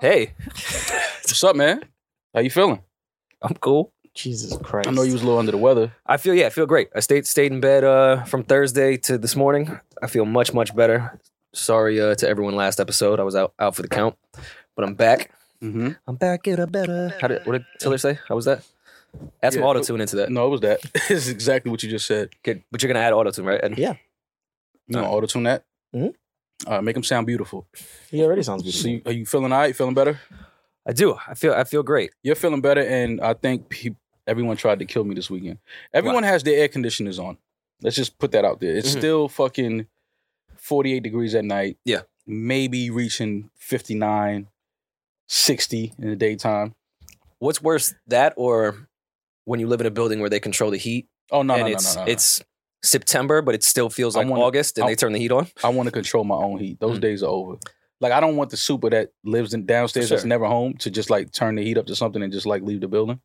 Hey, What's up, man? How you feeling? I'm cool. Jesus Christ. I know you was a little under the weather. I feel yeah, I feel great. I stayed stayed in bed uh from Thursday to this morning. I feel much much better. Sorry uh, to everyone last episode. I was out out for the count, but I'm back. Mm-hmm. I'm back at a better. How did what did Tiller say? How was that? Add some Yeah. auto tune into that. Uh, No, it was that. it's exactly what you just said. Good. But you're gonna add auto tune, right? Ed? Yeah. You know, auto tune that. Mhm. All right, make them sound beautiful. He already sounds So, beautiful. you, are you feeling all right? Feeling better? I do. I feel I feel great. You're feeling better, and I think pe- everyone tried to kill me this weekend. Everyone has their air conditioners on. Let's just put that out there. It's Mhm. still fucking 48 degrees at night. Yeah. Maybe reaching 59, 60 in the daytime. What's worse, that or when you live in a building where they control the heat Oh, no, and no, no, it's no, no, no. it's September, but it still feels I like wanna- August, and I- they turn the heat on. I want to control my own heat. Those Mm. days are over. Like I don't want the super that lives in downstairs that's Sure. never home to just like turn the heat up to something and just like leave the building.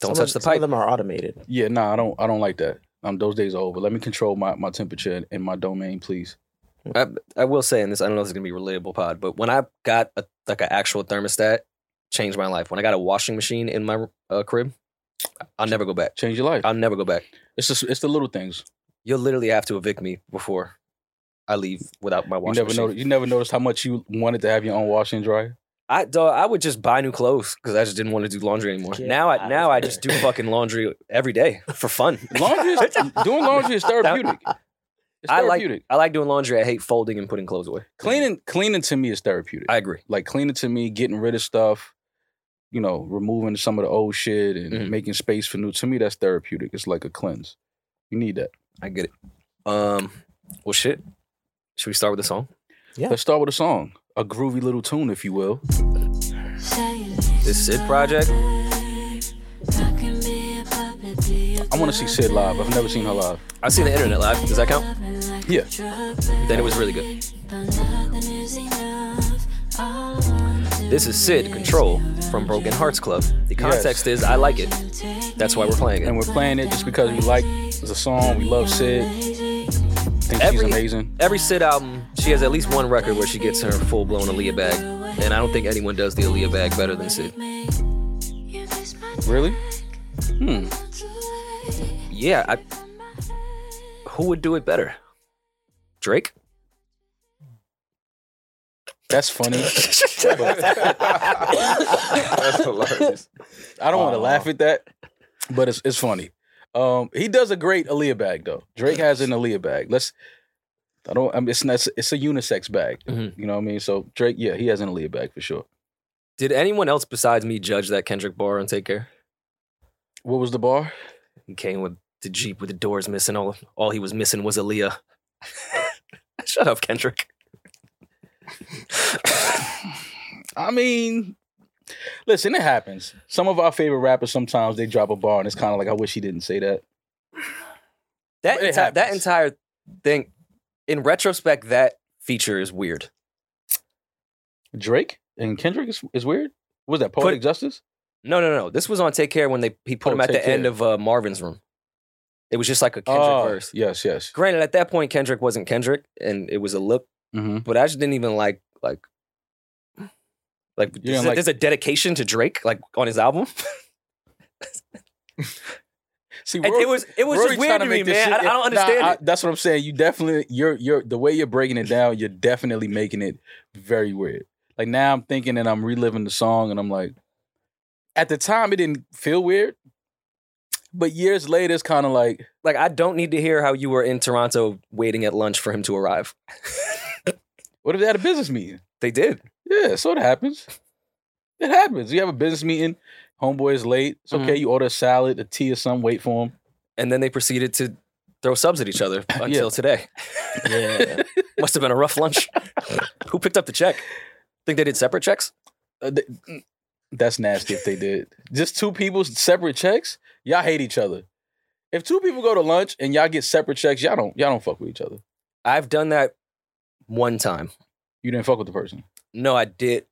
Don't Some touch of, the Some of pipe. them are automated. Yeah, nah, I don't I don't like that. Um those days are over. Let me control my, my temperature and- and my domain, please. I will say in this, I don't know if it's gonna be a relatable pod, but when I got a, like an actual thermostat, changed my life. When I got a washing machine in my uh, crib, I'll never go back. Change your life. I'll never go back. It's just it's the little things. You'll literally have to evict me before I leave without my You washing never machine. know you never noticed how much you wanted to have your own washer and dryer. I dog, I would just buy new clothes because I just didn't want to do laundry anymore. Get now I out now of I just do fucking laundry every day for fun. Laundry is doing laundry is therapeutic. It's I like- therapeutic. I like doing laundry. I hate folding and putting clothes away. cleaning cleaning to me is therapeutic. I agree. like cleaning to me, getting rid of stuff, you know, removing some of the old shit and Mhm. making space for new. To me, that's therapeutic. It's like a cleanse. You need that. I get it. Um, well, shit. Should we start with the song? Yeah. Let's start with a song, a groovy little tune, if you will. This Sid project. I want to see Sid live. I've never seen her live. I've seen the internet live. Does that count? Yeah, Then it was really good. This is Sid Control from Broken Hearts Club. The context is I like it. That's why we're playing and it. we're playing it just because we like the song. We love Sid. Think she's Every- amazing. Every Sid album, she has at least one record where she gets her full blown Aaliyah bag. And I don't think anyone does the Aaliyah bag better than Sid. Really? Hmm. Yeah, I, who would do it better? Drake? That's funny. That's hilarious. I don't want to Aw. laugh at that, but it's it's funny. Um, he does a great Aaliyah bag though. Drake has an Aaliyah bag. Let's. I don't. I mean, it's not, it's a unisex bag. Mhm. You know what I mean? So Drake, yeah, he has an Aaliyah bag for sure. Did anyone else besides me judge that Kendrick bar on Take Care? What was the bar? He came with the Jeep with the doors missing. All all he was missing was Aaliyah. Shut up, Kendrick. I mean, listen, it happens. Some of our favorite rappers sometimes they drop a bar and it's kind of like I wish he didn't say that. That It enti- that happens. entire thing, in retrospect, that feature is weird. Drake and Kendrick is, is weird. What Was that poetic Put- justice? No, no, no. This was on Take Care when they he put Oh, him at the Take end Care. of uh, Marvin's room. It was just like a Kendrick Oh, verse. Yes, yes. Granted, at that point, Kendrick wasn't Kendrick, and it was a look. Mm-hmm. But I just didn't even like like like, didn't there's, a, like- there's a dedication to Drake like on his album. See, And Rory- it was it was Rory just weird trying to me, make this man. I, I shit- don't understand Nah, I- it. that's what I'm saying. You definitely you're you're the way you're breaking it down. You're definitely making it very weird. Like now I'm thinking and I'm reliving the song and I'm like, at the time it didn't feel weird, but years later it's kind of like like I don't need to hear how you were in Toronto waiting at lunch for him to arrive. what if they had a business meeting? They did. Yeah, so it happens. It happens. You have a business meeting. Homeboy is late. It's Mm-hmm. okay. You order a salad, a tea, or something. Wait for him. And then they proceeded to throw subs at each other until today. Yeah. Must have been a rough lunch. Who picked up the check? Think they did separate checks? Uh, th- that's nasty if they did. Just two people separate checks, y'all hate each other. If two people go to lunch and y'all get separate checks, y'all don't y'all don't fuck with each other. I've done that one time. You didn't fuck with the person. No, I did.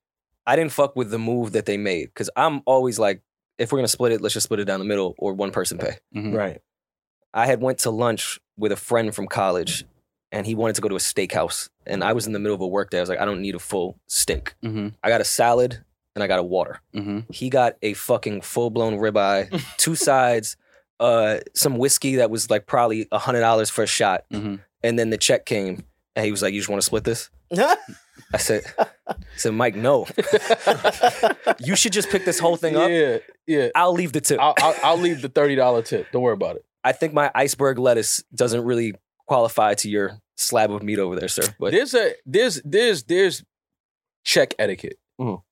I didn't fuck with the move that they made because I'm always like, if we're gonna split it, let's just split it down the middle or one person pay. Mhm. right. I had went to lunch with a friend from college, and he wanted to go to a steakhouse, and I was in the middle of a work day. I was like, I don't need a full steak. Mhm. I got a salad and I got a water. Mm-hmm. He got a fucking full blown ribeye, two sides, uh, some whiskey that was like probably hundred dollars for a shot, Mm-hmm. and then the check came, and he was like, "You just want to split this?" I said, I "said Mike, no, you should just pick this whole thing up. Yeah, yeah. I'll leave the tip. I'll, I'll, I'll leave the thirty dollar tip. Don't worry about it. I think my iceberg lettuce doesn't really qualify to your slab of meat over there, sir." But there's a there's there's there's check etiquette, Mhm.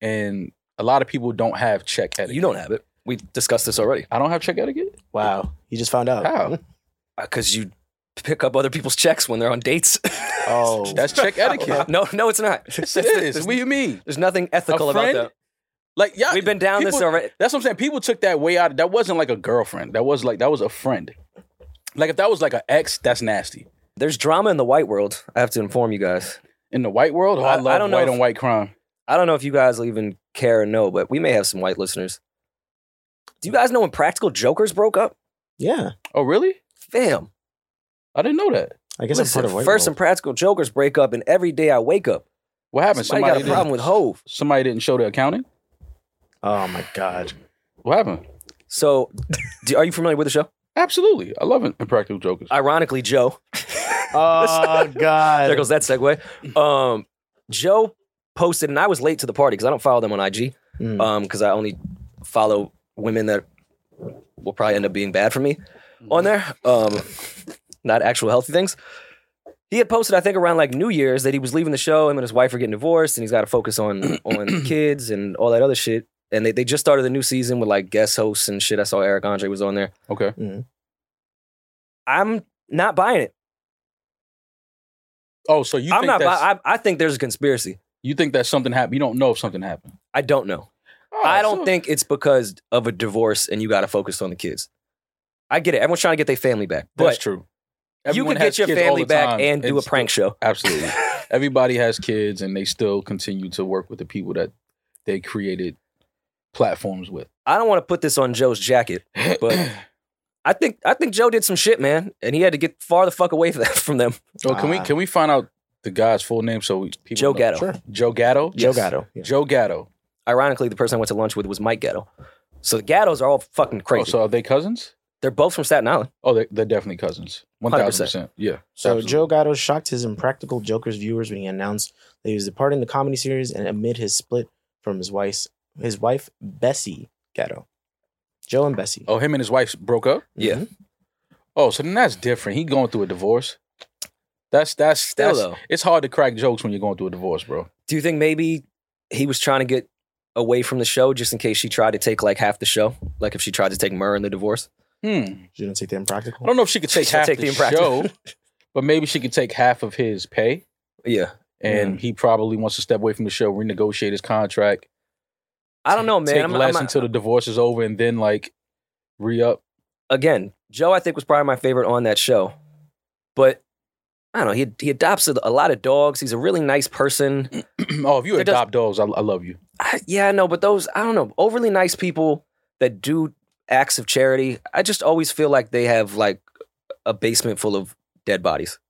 and a lot of people don't have check etiquette. Mm-hmm. you don't have it. We discussed this already I don't have check etiquette. wow, you just found out. How? because Uh, you pick up other people's checks when they're on dates. Oh, That's check etiquette. no, no, it's not. Yes, it is. What do you mean? There's nothing ethical about friend? that. Like yeah, We've been down this people- already. that's what I'm saying. People took that way out. That wasn't like a girlfriend. That was like that was a friend. Like if that was like an ex, that's nasty. There's drama in the white world. I have to inform you guys. In the white world, oh, I, I- I love don't know white if- on white crime. I don't know if you guys will even care or know, but we may have some white listeners. Do you guys know when Practical Jokers broke up? yeah. Oh really? Fam. I didn't know that. I guess Listen, I'm part of white first world. and Practical Jokers break up, and every day I wake up, What happened? somebody, got a didn't- problem with Hove. Somebody didn't show the accounting. Oh my god. What happened? So, do, are you familiar with the show? Absolutely, I love impractical jokers. Ironically, Joe. Oh god. there goes that segue. Um, Joe posted, and I was late to the party because I don't follow them on IG Mm. because I only follow women that will probably end up being bad for me Mm-hmm. on there, um, not actual healthy things. He had posted, I think, around like New Year's that he was leaving the show. Him and his wife are getting divorced, and he's got to focus on on kids and all that other shit. And they, they just started a new season with like guest hosts and shit. I saw Eric Andre was on there. Okay. I'm not buying it. Oh, so you I'm think not. that's, Buy- I, I think there's a conspiracy. you think that something happened? You don't know if something happened. I don't know. Oh, I don't so- think it's because of a divorce and you got to focus on the kids. I get it. Everyone's trying to get their family back, that's but true. you Everyone can has get your kids all family the back time and do a still- prank show. absolutely. Everybody has kids, and they still continue to work with the people that they created platforms with. I don't want to put this on Joe's jacket, but I think I think Joe did some shit, man, and he had to get far the fuck away from them- from them. Oh, can we Ah. can we find out the guy's full name so we, Uh, people Joe know? Gatto. Sure. Joe Gatto. Joe Gatto. Yeah. Joe Gatto. Oh, Ironically, the person I went to lunch with was Mike Gatto. So the Gattos are all fucking crazy. Oh, so are they cousins? They're both from Staten Island. Oh, they, they're definitely cousins. One thousand percent. Yeah. So absolutely. Joe Gatto shocked his impractical Joker's viewers when he announced that he was departing the comedy series and amid his split from his wife, his wife Bessie Gatto. Joe and Bessie. Oh, him and his wife broke up. Yeah. Mhm. Oh, so then that's different. He going through a divorce. That's that's Still that's- though, It's hard to crack jokes when you're going through a divorce, bro. do you think maybe he was trying to get away from the show just in case she tried to take like half the show? Like if she tried to take Murr in the divorce? Hmm. She didn't take the impractical. I don't know if she could take She'll half take the, the show, impractical. but maybe she could take half of his pay. Yeah, And he probably wants to step away from the show, renegotiate his contract. I don't know, Oh, man. Take I'm- uh, less I'm not- until the divorce is over, and then like re up. again, Joe, I think was probably my favorite on that show. But I don't know. He he adopts a, a lot of dogs. He's a really nice person. oh, if you There does- adopt dogs, I, I love you. I, yeah, I know. But those I don't know overly nice people that do acts of charity. I just always feel like they have like a basement full of dead bodies.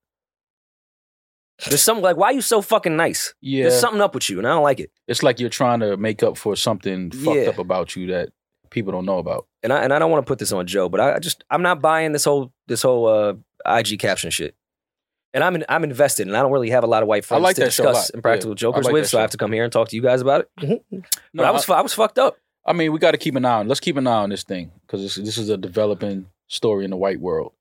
There's something like why are you so fucking nice? Yeah, There's something up with you, and I don't like it. it's like you're trying to make up for something fucked Yeah. up about you that people don't know about. And I and I don't want to put this on Joe, but I, I just I'm not buying this whole this whole uh, IG caption shit. And I'm in, I'm invested, and I don't really have a lot of white friends like to that show a discuss lot. Impractical Jokers I like with, that so I show. have to come here and talk to you guys about it. No, but I was fu- I, was fucked up. I mean, we got to keep an eye on. Let's keep an eye on this thing because this, this is a developing story in the white world.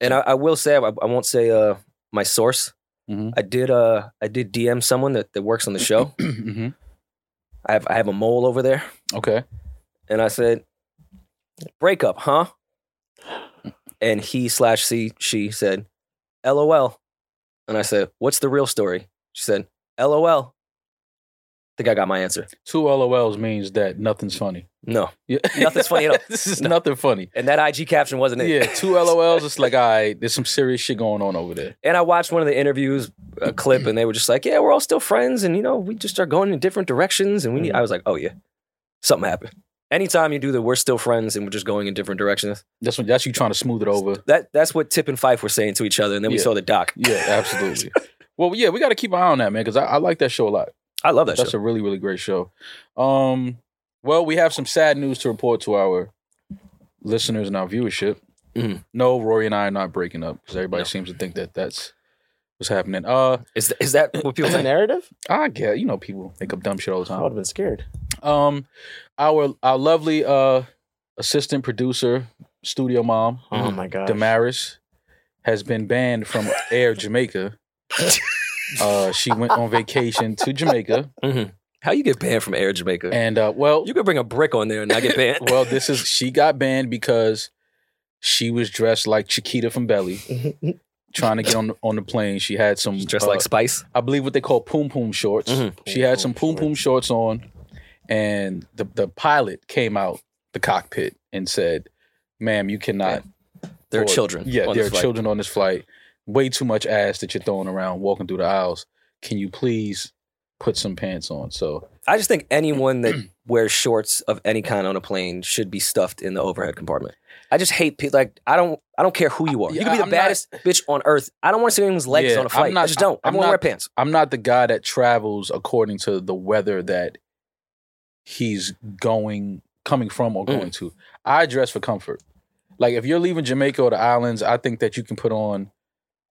And I, I will say I, I won't say uh, my source. Mhm. I did uh I did DM someone that, that works on the show. Mhm. I have I have a mole over there, Okay. and I said, "Breakup, huh?" And he slash c she said, "LOL," and I said, "What's the real story?" She said, "LOL." I think I got my answer. Two LOLs means that nothing's funny. No, Yeah. Nothing's funny at all. this is No. nothing funny. and that IG caption wasn't it. Yeah, two LOLs. It's like, all right, there's some serious shit going on over there. And I watched one of the interviews, a clip, and they were just like, "Yeah, we're all still friends, and you know, we just are going in different directions." And we Mm. need. I was like, "Oh yeah, something happened." Anytime you do the "we're still friends" and we're just going in different directions, That's when that's you trying to smooth it over. that that's what Tip and Fife were saying to each other. And then we Yeah. saw the doc. Yeah, absolutely. well, yeah, we got to keep an eye on that, man, because I, I like that show a lot. I love that That's show. a really, really great show. Um, well, we have some sad news to report to our listeners and our viewership. Mhm. No, Rory and I are not breaking up because everybody No. seems to think that that's what's happening. Uh, Is, is that what people It's a think? narrative? I get you know people make up dumb shit all the I would have time. been scared. Um, our our lovely uh assistant producer, studio mom, Oh my god. Damaris, has been banned from Air Jamaica. uh, she went on vacation to Jamaica, How you get banned from Air Jamaica? and uh, well, you could bring a brick on there and not get banned. well, this is she got banned because she was dressed like Chiquita from Belly, trying to get on the, on the plane. She had some Just uh, like Spice. I believe what they call poom poom shorts. Mm-hmm. Mhm. She had some poom poom shorts on, and the the pilot came out the cockpit and said, "Ma'am, you cannot. There are forward. children. Yeah, on there this are flight. children on this flight. Way too much ass that you're throwing around walking through the aisles. Can you please?" Put some pants on. So I just think anyone that wears shorts of any kind on a plane should be stuffed in the overhead compartment. I just hate people. Like I don't. I don't care who you are. you Yeah, could be the I'm not- baddest bitch on earth. I don't want to see anyone's legs Yeah, on a I'm flight. I not- just don't. I I'm want to wear not- pants. I'm not the guy that travels according to the weather that he's going, coming from, or Mm. going to. I dress for comfort. Like if you're leaving Jamaica or the islands, I think that you can put on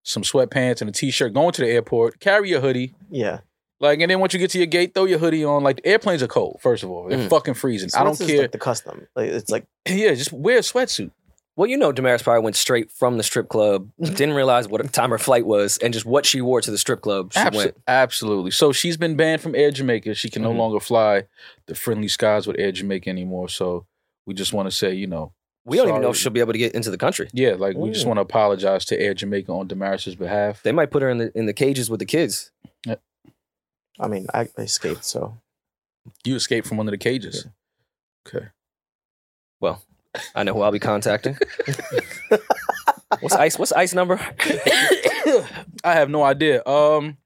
some sweatpants and a t-shirt, going to the airport, carry your hoodie. Yeah. Like, and then once you get to your gate, throw your hoodie on. Like, airplanes are cold, first of all. They're Mm. fucking freezing. I So don't what's this, care. Like the custom. Like it's like yeah, just wear a sweatsuit. Well, you know, Damaris probably went straight from the strip club, didn't realize what time her flight was, and just what she wore to the strip club. She Abso- went. Absolutely. So she's been banned from Air Jamaica. She can Mhm. no longer fly the friendly skies with Air Jamaica anymore. So we just want to say, you know, We don't even know if Mm. Sorry. she'll be able to get into the country. yeah, like we just Ooh. want to apologize to Air Jamaica on Damaris's behalf. They might put her in the in the cages with the kids. I mean, I, I escaped, so You escaped from one of the cages. Okay. I know who I'll be contacting. what's ice? What's ice number? I have no idea. Um,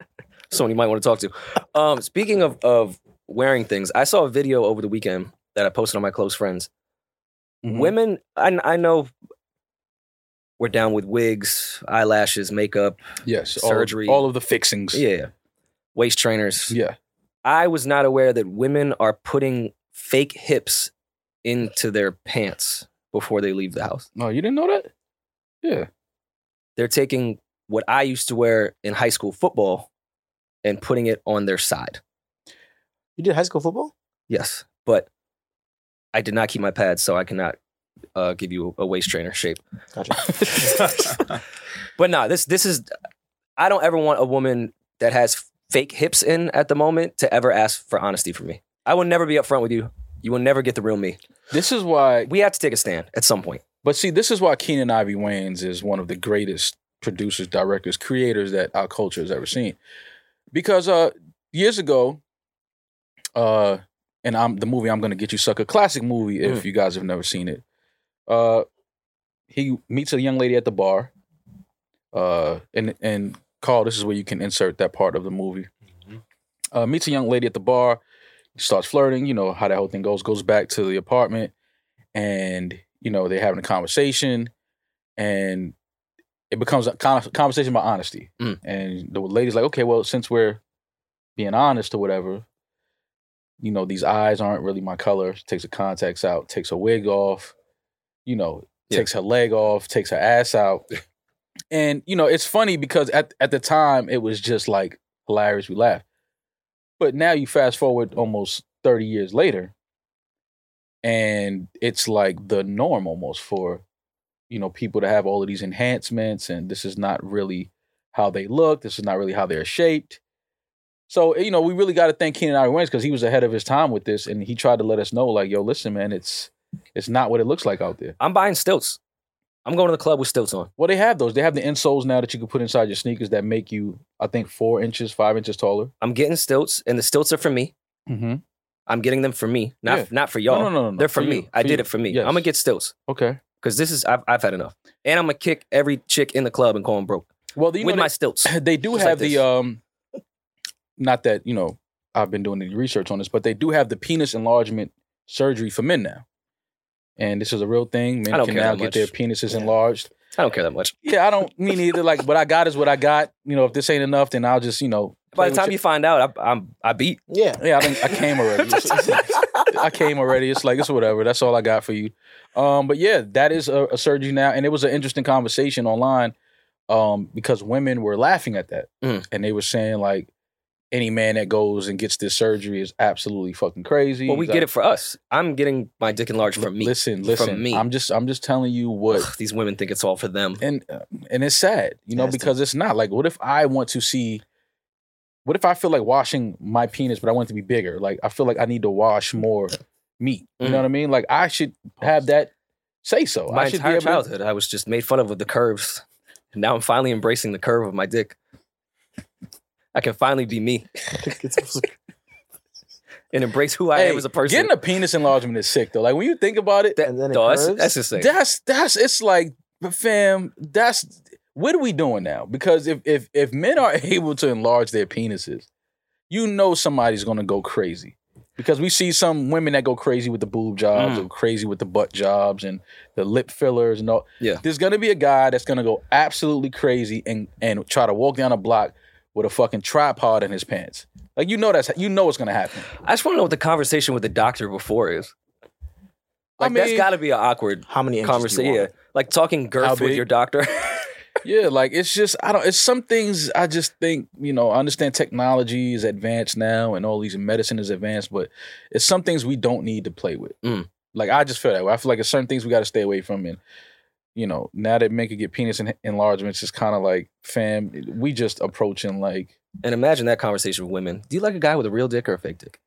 someone you might want to talk to. Um, speaking of of wearing things, I saw a video over the weekend that I posted on my close friends. Mm-hmm. Women, I, I know we're down with wigs, eyelashes, makeup, yes, all of- Surgery. all of the fixings. yeah, waist trainers. Yeah. I was not aware that women are putting fake hips into their pants before they leave the house. No, you didn't know that? Yeah. They're taking what I used to wear in high school football and putting it on their side. you did high school football? Yes, but I did not keep my pads, so I cannot uh, give you a waist trainer shape. Gotcha. But no, this this is. I don't ever want a woman that has fake hips in at the moment to ever ask for honesty from me. I will never be upfront with you. You will never get the real me. This is why We have to take a stand at some point. But see, this is why Keenan Ivy Wayans is one of the greatest producers, directors, creators that our culture has ever seen. Because uh years ago, uh, and I'm the movie I'm gonna get you sucker, classic movie if you guys have never seen it. Uh he meets a young lady at the bar. Uh and and Carl, this is where you can insert that part of the movie. Uh meets a young lady at the bar, starts flirting, you know how that whole thing goes, goes back to the apartment and you know they're having a conversation and it becomes a con- conversation about honesty Mm. and the lady's like okay well since we're being honest or whatever you know these eyes aren't really my color She takes the contacts out takes her wig off you know Yeah. takes her leg off takes her ass out and you know it's funny because at, at the time it was just like hilarious we laughed but now you fast forward almost 30 years later and it's like the norm almost for you know people to have all of these enhancements and this is not really how they look this is not really how they're shaped so you know we really got to thank Keenan Ivory Wayans because he was ahead of his time with this and he tried to let us know like yo listen man it's it's not what it looks like out there I'm buying stilts. I'm going to the club with stilts on. well they have those they have the insoles now that you can put inside your sneakers that make you i think four inches five inches taller I'm getting stilts, and the stilts are for me. mm-hmm. I'm getting them for me, not Yeah. not for y'all. no, no, no, no. They're for, For me. you, I for did you. it for me. Yes. I'm gonna get stilts okay because this is I've, I've had enough, and I'm gonna kick every chick in the club and call them broke well you with know my that- stilts. they do Just like have this. the um not that you know i've been doing any research on this but they do have the penis enlargement surgery for men now and this is a real thing men I don't can care now that get their much. penises Yeah. enlarged I don't care that much. Yeah, I don't mean either. Like, what I got is what I got. You know, if this ain't enough, then I'll just, you know. By play the with time it. you find out, I, I'm I beat. Yeah. Yeah, I, think I came already. It's- it's like- I came already. It's like it's whatever. That's all I got for you. Um, but yeah, that is a, a surgery now, and it was an interesting conversation online, um, because women were laughing at that, Mm. and they were saying like, any man that goes and gets this surgery is absolutely fucking crazy. Well, we get it for us. I'm getting my dick enlarged for me. Listen, From listen. me. I'm just, I'm just telling you what Ugh, these women think it's all for them. and uh, and it's sad, you know, Nasty. because it's not like what if I want to see, what if I feel like washing my penis, but I want it to be bigger? Like I feel like I need to wash more meat. You Mhm. know what I mean? Like I should have that say so. my I should entire be able. To, childhood, I was just made fun of with the curves. And now I'm finally embracing the curve of my dick. I can finally be me and embrace who I Hey, am as a person. getting a penis enlargement is sick though. Like when you think about it, and then it Dawg, that's, curves. that's insane. that's that's it's like, but fam, that's what are we doing now? Because if if if men are able to enlarge their penises, you know somebody's gonna go crazy. Because we see some women that go crazy with the boob jobs Mm. or crazy with the butt jobs and the lip fillers and all. Yeah. There's gonna be a guy that's gonna go absolutely crazy and and try to walk down a block with a fucking tripod in his pants. Like you know that's you know what's gonna happen. I just want to know what the conversation with the doctor before is. I Like that's mean- got to be an awkward How many inches do conversation. you Yeah, want? like talking How girth with big? your doctor. Yeah, like it's just I don't. It's some things I just think you know. I understand technology is advanced now, and all these medicine is advanced, but it's some things we don't need to play with. Mm. Like I just feel that way. I feel like it's certain things we got to stay away from, and you know, now that men can get penis en- enlargements, it's kind of like fam. We just approaching like and imagine that conversation with women. Do you like a guy with a real dick or a fake dick?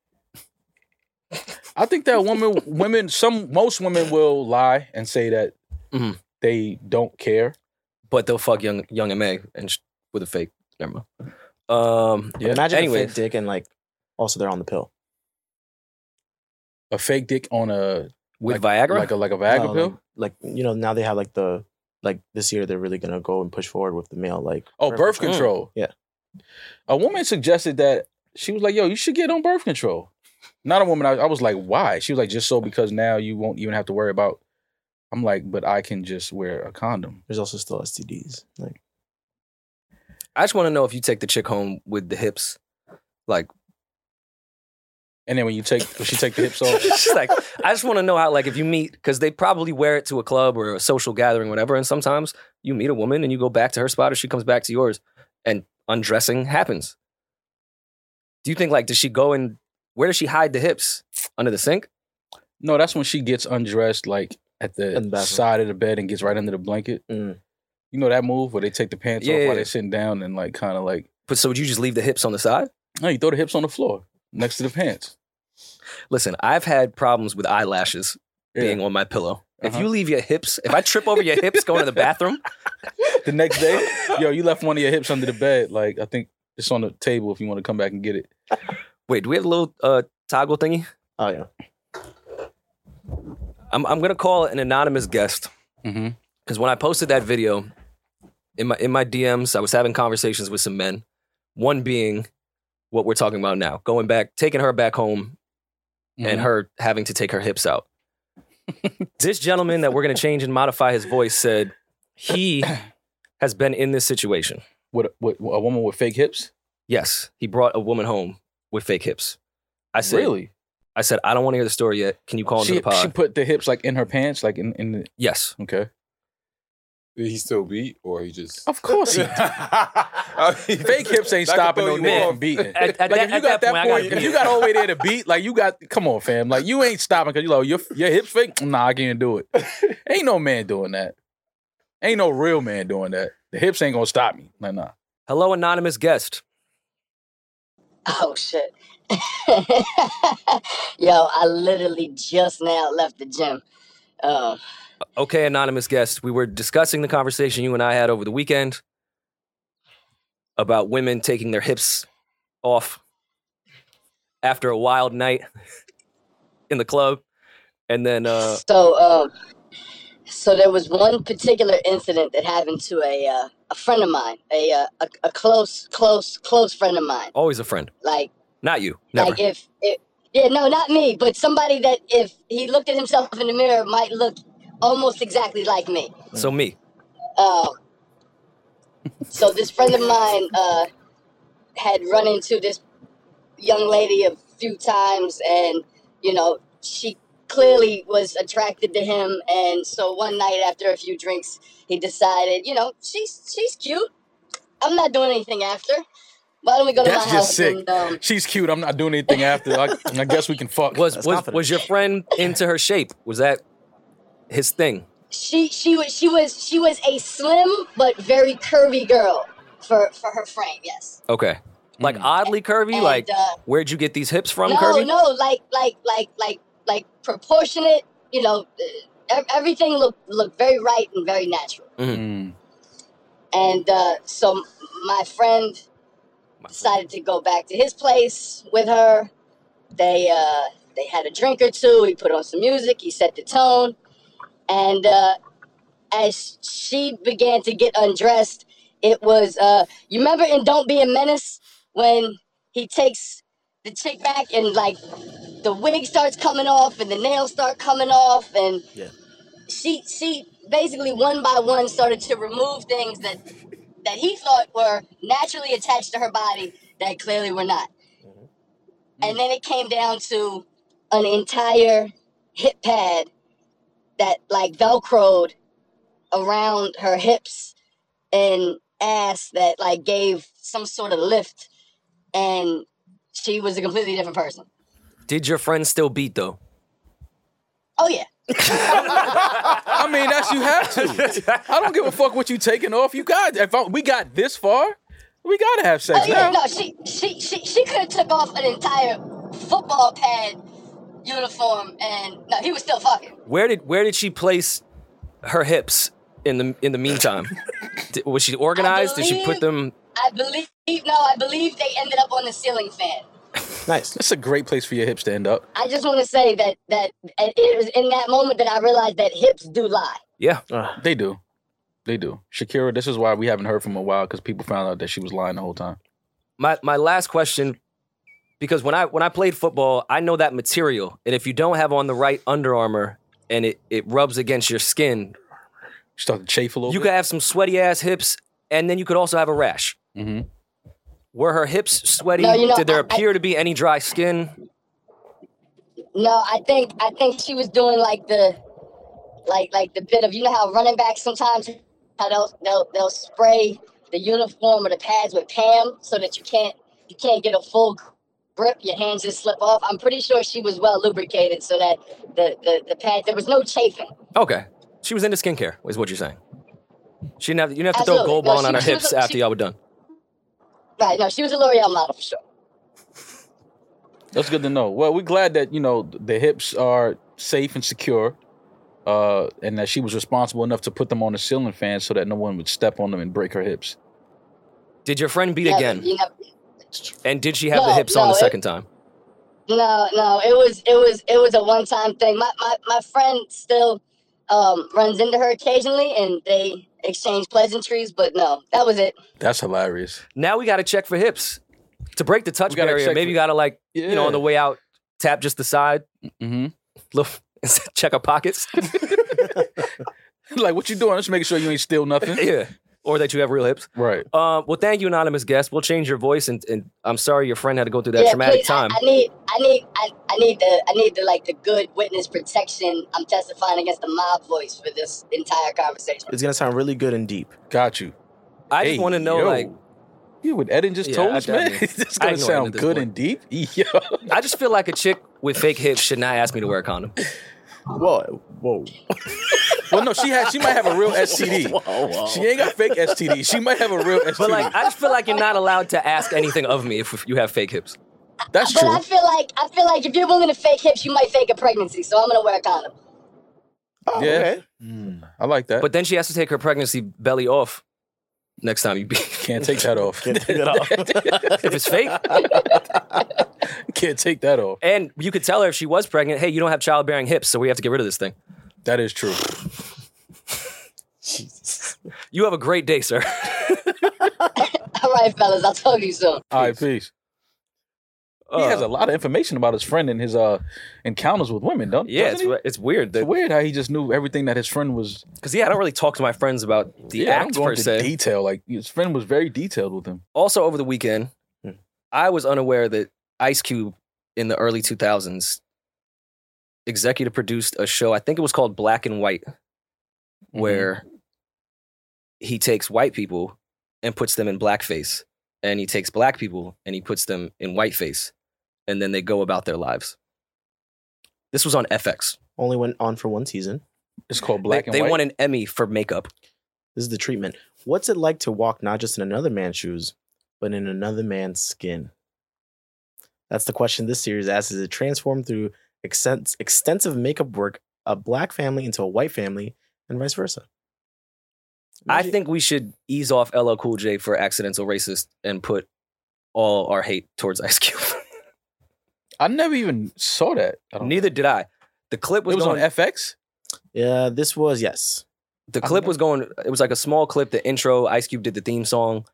I think that women, women, some most women will lie and say that Mm-hmm. Mhm. they don't care. But they'll fuck young young M.A. and sh- with a fake. Never mind. Um, Yeah. Imagine a Anyways. fake dick and like also they're on the pill. A fake dick on a with Viagra. like a like a Viagra No, pill. Like, like, you know, now they have like the like this year they're really gonna go and push forward with the male like Oh, birth control. Yeah. A woman suggested that she was like, "Yo, you should get on birth control." Not a woman. I, I was like, "Why?" She was like, "Just so because now you won't even have to worry about." I'm like, "But I can just wear a condom." There's also still STDs. Like I just want to know if you take the chick home with the hips, like And then when you take, when she take the hips off, She's like, I just want to know how, like, if you meet, because they probably wear it to a club or a social gathering, whatever. And sometimes you meet a woman and you go back to her spot or she comes back to yours and undressing happens. Do you think, like, does she go and where does she hide the hips? Under the sink? no, that's when she gets undressed, like at In the the bathroom. side of the bed and gets right under the blanket. Mm. You know that move where they take the pants off Yeah. while they're sitting down and like kind of like, But so would you just leave the hips on the side? no, you throw the hips on the floor next to the pants. Listen, I've had problems with eyelashes Yeah. being on my pillow. If Uh-huh. you leave your hips, if I trip over your hips going to the bathroom, the next day, yo, you left one of your hips under the bed. Like I think it's on the table if you want to come back and get it. wait, do we have a little uh, toggle thingy? oh yeah. I'm, I'm gonna call an anonymous guest Mm-hmm. because when I posted that video in my in my DMs, I was having conversations with some men. One being what we're talking about now, going back, taking her back home, and her having to take her hips out. this gentleman that we're gonna change and modify his voice said he has been in this situation. with, with a woman with fake hips. Yes, he brought a woman home with fake hips. I said, really? I said, I don't want to hear the story yet. Can you call into She, the pod? she put the hips like in her pants, like in in the, yes. okay. Did he still beat or he just? Of course, he, fake hips ain't stopping no nigga from beating. At, at Like that, if you at got that that point, I point, gotta if be- you got all the way there to beat, like you got, come on, fam, like you ain't stopping because you like your your hips fake. Nah, I can't do it. ain't no man doing that. Ain't no real man doing that. The hips ain't gonna stop me. Like nah. hello, anonymous guest. Oh shit. Yo, I literally just now left the gym. Um, Okay, anonymous guest, we were discussing the conversation you and I had over the weekend about women taking their hips off after a wild night in the club. And then, uh, so um, so there was one particular incident that happened to a uh, a friend of mine, a, uh, a a close close close friend of mine. always a friend. Like Not you. Never. like if it, yeah, no, not me, but somebody that if he looked at himself in the mirror might look almost exactly like me. so, me. Um, so this friend of mine uh, had run into this young lady a few times, and you know she clearly was attracted to him. And so one night after a few drinks, he decided, you know, she's she's cute. I'm not doing anything after. Why don't we go to That's my just house sick. and um, She's cute. I'm not doing anything after. I, I guess we can fuck. Was That's was, confident. was your friend into her shape? Was that his thing? she she was she was she was a slim but very curvy girl for for her frame. Yes. Okay. Like Mm. oddly curvy? And, Like uh, where'd you get these hips from, no, curvy? no, like like like like like proportionate. You know, uh, ev- everything looked looked very right and very natural. Mm. And uh, so my friend decided to go back to his place with her. They uh, they had a drink or two. He put on some music. He set the tone, and uh, as she began to get undressed, it was uh, you remember in Don't Be a Menace when he takes the chick back and like the wig starts coming off and the nails start coming off and Yeah. she she basically one by one started to remove things that that he thought were naturally attached to her body that clearly were not. Mhm. And then it came down to an entire hip pad that like velcroed around her hips and ass that like gave some sort of lift and she was a completely different person. Did your friend still beat though? Oh yeah. I mean, that's you have to. I don't give a fuck what you taking off. You got if I, we got this far, we gotta have sex Oh yeah, now. no, she she she she could have took off an entire football pad uniform and no, he was still fucking. Where did where did she place her hips in the in the meantime? Did- was she organized? Did she put believe- them I believe no, I believe they ended up on the ceiling fan. Nice. That's a great place for your hips to end up. I just want to say that that and it was in that moment that I realized that hips do lie. Yeah. Ugh. They do, they do. Shakira, this is why we haven't heard from a while because people found out that she was lying the whole time. My my last question because when I when I played football, I know that material. And if you don't have on the right Under Armour and it, it rubs against your skin, She started to chafe a little. you could have some sweaty ass hips and then you could also have a rash. hmm Were her hips sweaty? No, you know, Did there I- appear to be any dry skin? No, I think I think she was doing like the like like the bit of you know how running backs sometimes how they'll they'll they'll spray the uniform or the pads with Pam so that you can't you can't get a full grip, your hands just slip off. I'm pretty sure she was well lubricated so that the the, the pad there was no chafing. Okay. She was into skincare, is what you're saying. She didn't have, you didn't have to throw Absolutely. gold No, bond she- on her she was hips a- after she- y'all were done. Right, no, she was a L'Oreal model for sure. That's good to know. Well, we're glad that you know the hips are safe and secure, uh, and that she was responsible enough to put them on a ceiling fan so that no one would step on them and break her hips. Did your friend beat Yeah, again? you know, And did she have the No, hips on no, the it- second time? No, no, it was it was it was a one time thing. My my, my friend still um, runs into her occasionally, and they exchange pleasantries. But no, that was it. That's hilarious. Now we got to check for hips. To break the touch We gotta barrier, check maybe for- you got to, like, Yeah. you know, on the way out, tap just the side, hmm look, check her pockets. like what you doing? Just making sure you ain't steal nothing. yeah. Or that you have real hips. Right. Uh, well, thank you, anonymous guest. We'll change your voice, and, and I'm sorry your friend had to go through that traumatic please, I- time. I, need I need I, I need the I need the like the good witness protection. I'm testifying against the mob voice for this entire conversation. It's gonna sound really good and deep. Got you. I, just want to know, like, You what Eden just Yeah, told I- us, I man. mean, it's I gonna know Eden sound at this good point. and deep. Yo. I just feel like a chick with fake hips should not ask me to wear a condom. Whoa, whoa. Well, no, she has. She might have a real STD. She ain't got fake STD. She might have a real STD. But like, I just feel like you're not allowed to ask anything of me if you have fake hips. That's But true. I feel like I feel like if you're willing to fake hips, you might fake a pregnancy. So I'm gonna wear a condom. Oh, Yeah. okay. I like that. But then she has to take her pregnancy belly off next time you be. can't take that off. Can't take it off. If it's fake, can't take that off. and you could tell her if she was pregnant, hey, you don't have childbearing hips, so we have to get rid of this thing. That is true. You have a great day, sir. All right, fellas, I'll talk to you soon. All right, peace. He has Uh, a lot of information about his friend and his uh encounters with women, don't? Yeah, doesn't it's, he? we- it's weird It's weird how he just knew everything that his friend was. because yeah, I don't really talk to my friends about the Yeah, I don't act go per into se. Detail like his friend was very detailed with him. also over the weekend, Hmm. I was unaware that Ice Cube in the early 2000s executive produced a show. I think it was called Black and White, Mm-hmm. where he takes white people and puts them in blackface, and he takes black people and he puts them in whiteface, and then they go about their lives. This was on FX. Only went on for one season. it's called Black they, and they White. won an Emmy for makeup. This is the treatment. What's it like to walk not just in another man's shoes, but in another man's skin? That's the question this series asks. Is it transformed through extens- extensive makeup work a black family into a white family and vice versa? I think we should ease off LL Cool J for accidental racist and put all our hate towards Ice Cube. I never even saw that. I don't- Neither did I. The clip was, it was on going. FX. Yeah, this was yes. the I clip don't was going. It was like a small clip. The intro. Ice Cube did the theme song. out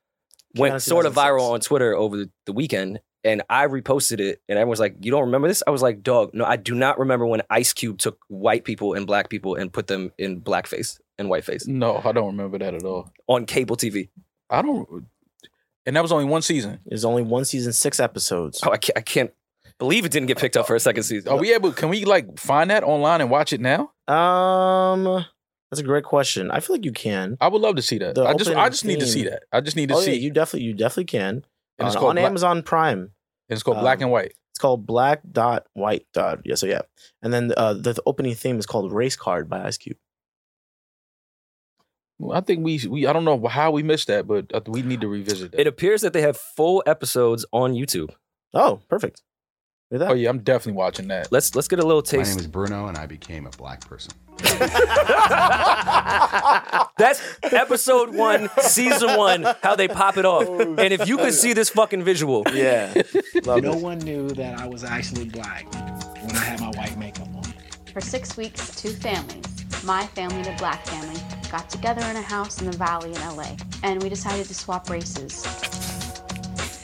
in Went sort of 2006. viral on Twitter over the, the weekend, and I reposted it, and everyone was like, "You don't remember this?" I was like, "Dog, no, I do not remember when Ice Cube took white people and black people and put them in blackface and whiteface No, I don't remember that at all. on cable TV." I don't. And that was only one season. There's only one season, six episodes. Oh, I can't, I can't believe it didn't get picked up for a second season. Are we able? Can we like find that online and watch it now? Um, that's a great question. I feel like you can. I would love to see that. The I just, I opening just need to see theme. that. I just need to Oh see. yeah, you definitely, you definitely can. and it's Uh, called on Black, Amazon Prime. and it's called Black um, and White. It's called Black Dot White Dot. Yeah, so yeah. And then uh, the, the opening theme is called Race Card by Ice Cube. Well, I think we, we, I don't know how we missed that, but uh, we need to revisit that. It appears that they have full episodes on YouTube. Oh, perfect. Look at that. oh yeah, I'm definitely watching that. Let's let's get a little My name taste. is Bruno, and I became a black person. That's episode one, season one, how they pop it off. Oh, And if you could see this fucking visual, Yeah. Love No it. one knew that I was actually black when I had my white makeup on. For six weeks, two families, my family and a black family, got together in a house in the valley in LA, and we decided to swap races.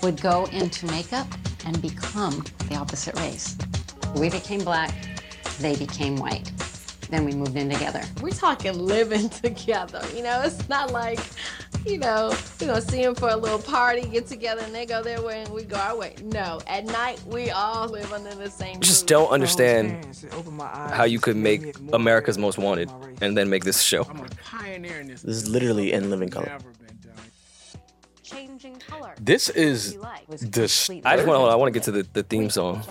would go into makeup and become the opposite race. We became black, they became white. Then we moved in together. We're talking living together. You know, it's not like, you know, we're gonna see them for a little party, get together, and they go their way and we go our way. No, at night we all live under the same. just roof. don't Oh, understand how you could make America's Most Wanted and then make this show. I'm a pioneer in this. This is literally in living color. Never been done. Changing color. This is. You like. Was This- completely I just want to. Hold on, I want to get to the, the theme song.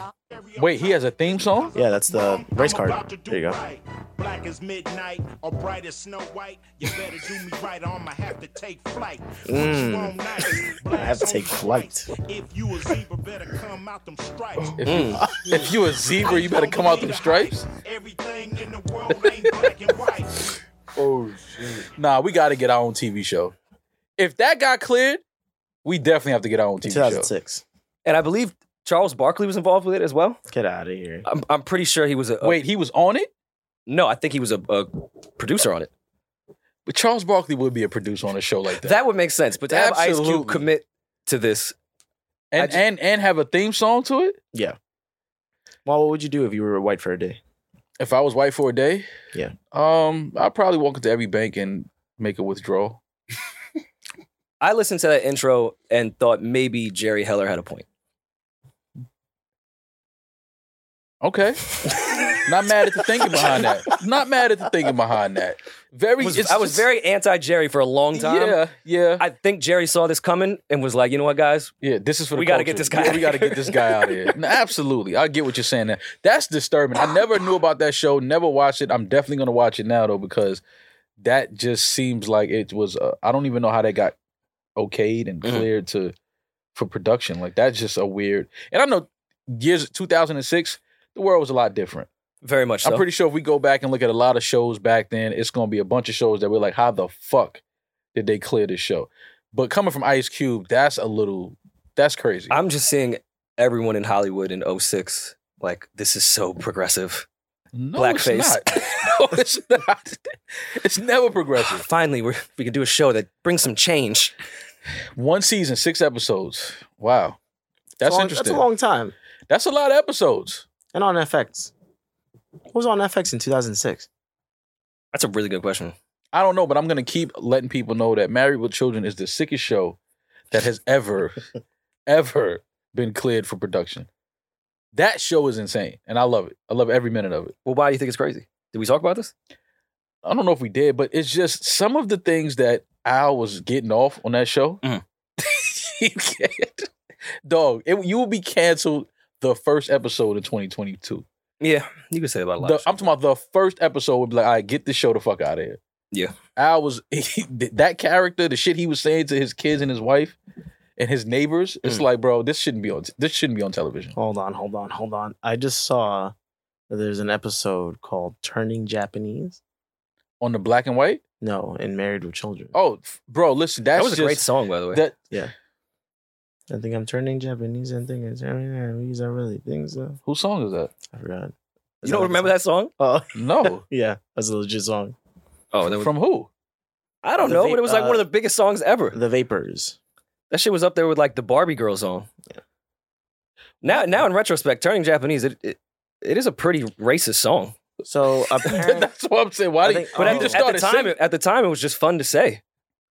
Wait, he has a theme song. Yeah, that's the Uh, race card. There you go. Black as midnight or bright as snow white. You better do me right or I'ma have to take flight. Mm. I have to take flight. If you a zebra, better come out them stripes. If Mm. you, if you a zebra, you better come out them stripes. Everything in the world ain't black and white. Oh shit! Nah, we got to get our own TV show. If that got cleared, we definitely have to get our own TV show. 2006. And I believe Charles Barkley was involved with it as well. Get out of here. I'm, I'm pretty sure he was a, a- Wait, he was on it. No, I think he was a, a producer on it. But Charles Barkley would be a producer on a show like that. That would make sense. But to have Ice Cube Absolutely. commit to this, I and just- and and have a theme song to it. Well, what would you do if you were white for a day? If I was white for a day, Yeah. um, I'd probably walk into every bank and make a withdrawal. I listened to that intro and thought maybe Jerry Heller had a point. Okay, not mad at the thinking behind that. Not mad at the thinking behind that. Very, Was- it's I was just- very anti Jerry for a long time. Yeah, yeah, I think Jerry saw this coming and was like, you know what, guys? yeah. This is for the We gotta get culture. this guy Yeah, we out got to of get this guy out of here. No, absolutely, I get what you're saying. There. That's disturbing. I never knew about that show. Never watched it. I'm definitely gonna watch it now though because that just seems like it was. Uh, I don't even know how that got okayed and Mhm. cleared to for production. Like that's just a weird. And I know years 2006, the world was a lot different. Very much so. I'm pretty sure if we go back and look at a lot of shows back then, it's going to be a bunch of shows that we're like, how the fuck did they clear this show? But coming from Ice Cube, that's a little, that's crazy. I'm just seeing everyone in Hollywood in 06 like this is so progressive. no, blackface. It's not. no, it's not. It's never progressive. Finally, we we can do a show that brings some change. One season, six episodes. Wow, that's It's a long- interesting. That's a long time. That's a lot of episodes. And on FX. What was on FX in 2006? That's a really good question. I don't know, but I'm gonna keep letting people know that Married with Children is the sickest show that has ever, ever been cleared for production. That show is insane, and I love it. I love every minute of it. Well, why do you think it's crazy? Did we talk about this? I don't know if we did, but it's just some of the things that Al was getting off on that show. you can't- Dog, it, you will be canceled the first episode in 2022. Yeah, you could say about a lot. The- of shit. I'm talking about the first episode would be like, all right, get this show the fuck out of here. Yeah. Al was that character, the shit he was saying to his kids and his wife and his neighbors. It's Hmm. Mm. like, bro, this shouldn't be on. This shouldn't be on television. Hold on, hold on, hold on. I just saw that there's an episode called Turning Japanese. On the black and white? No, in Married with Children. Oh, f- bro, listen, that's that was a great just- song, by the way. That Yeah. I think I'm turning Japanese and think it's these are really things. So. whose song is that? I forgot. you don't remember that song? Oh, No, yeah. That's a legit song. Oh, that was, from who? I don't The know, vape- but it was like uh, one of the biggest songs ever. The Vapors. That shit was up there with like the Barbie Girl song. Now, now in retrospect, turning Japanese, it, it it is a pretty racist song. So apparently, that's what I'm saying. Why I do you? think- But you at, Oh. the- just at started the time, singing- at the time, it was just fun to say.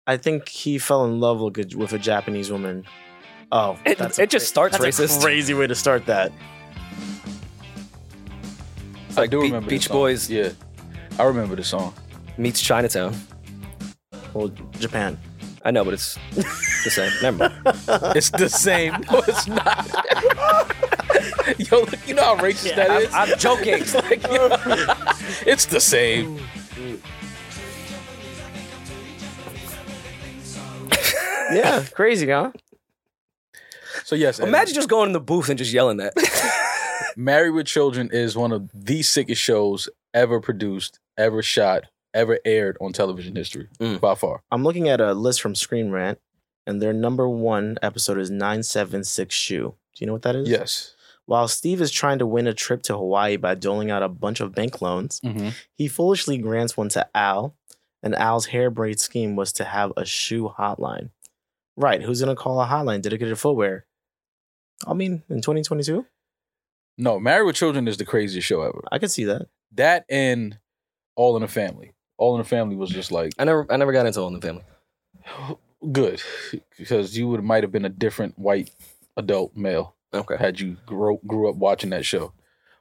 I think he fell in love with a, with a Japanese woman. Oh, It- a it just starts that's a racist. crazy way to start that. It's like I do Be- remember this Beach song. Boys Yeah, I remember the song. meets Chinatown. Well, Japan. I know, but it's the same. Never mind. It's the same. No, it's not. yo, look, you know how racist that is. I'm joking. it's like, yo, it's the same. Yeah, crazy, huh? So yes, Evan, Imagine just going in the booth and just yelling that. Married with Children is one of the sickest shows ever produced, ever shot, ever aired on television history Mm. by far. I'm looking at a list from Screen Rant, and their number one episode is 976 Shoe. Do you know what that is? Yes. While Steve is trying to win a trip to Hawaii by doling out a bunch of bank loans, Mm-hmm. he foolishly grants one to Al, and Al's harebrained scheme was to have a shoe hotline. Right, who's going to call a hotline dedicated to footwear? I mean, in 2022? No, Married with Children is the craziest show ever. I could see that. That and All in a Family. All in a Family was just like I never, I never got into All in the Family. good because you would might have been a different white adult male Okay. had you grow, grew up watching that show.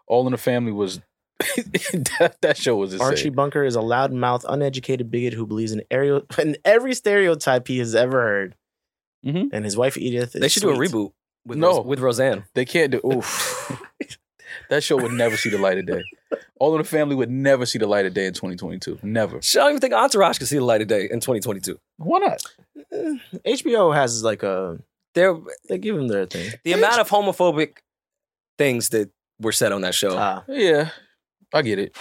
All in the Family was that, that show was insane. Archie Bunker is a loudmouth, uneducated bigot who believes in, aerial, in every stereotype he has ever heard. Mhm. And his wife Edith. Is Mm-hmm. They should do a sweet. reboot with No. Ros- with Roseanne. They can't do oof. that show would never see the light of day. All in the Family would never see the light of day in 2022. Never. Shit, I don't even think Entourage could see the light of day in 2022. Why not? Eh, HBO has like a There, they give them their thing. the amount of homophobic things that were said on that show. Ah, Yeah, I get it.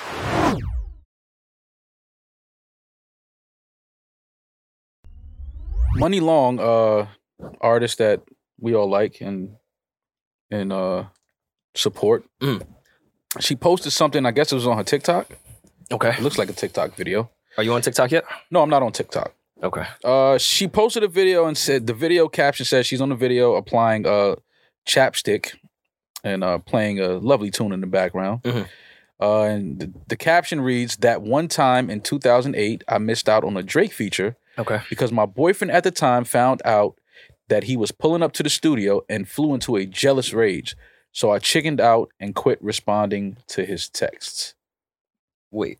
Money Long, uh, artist that we all like and and uh support. Mm. She posted something. I guess it was on her TikTok. okay. It looks like a TikTok video. Are you on TikTok yet? No, I'm not on TikTok. Okay. Uh, she posted a video and said the video caption says she's on the video applying uh chapstick and uh playing a lovely tune in the background. Mhm. Uh, and the, the caption reads that one time in 2008 I missed out on a Drake feature Okay. because my boyfriend at the time found out that he was pulling up to the studio and flew into a jealous rage. So I chickened out and quit responding to his texts. Wait.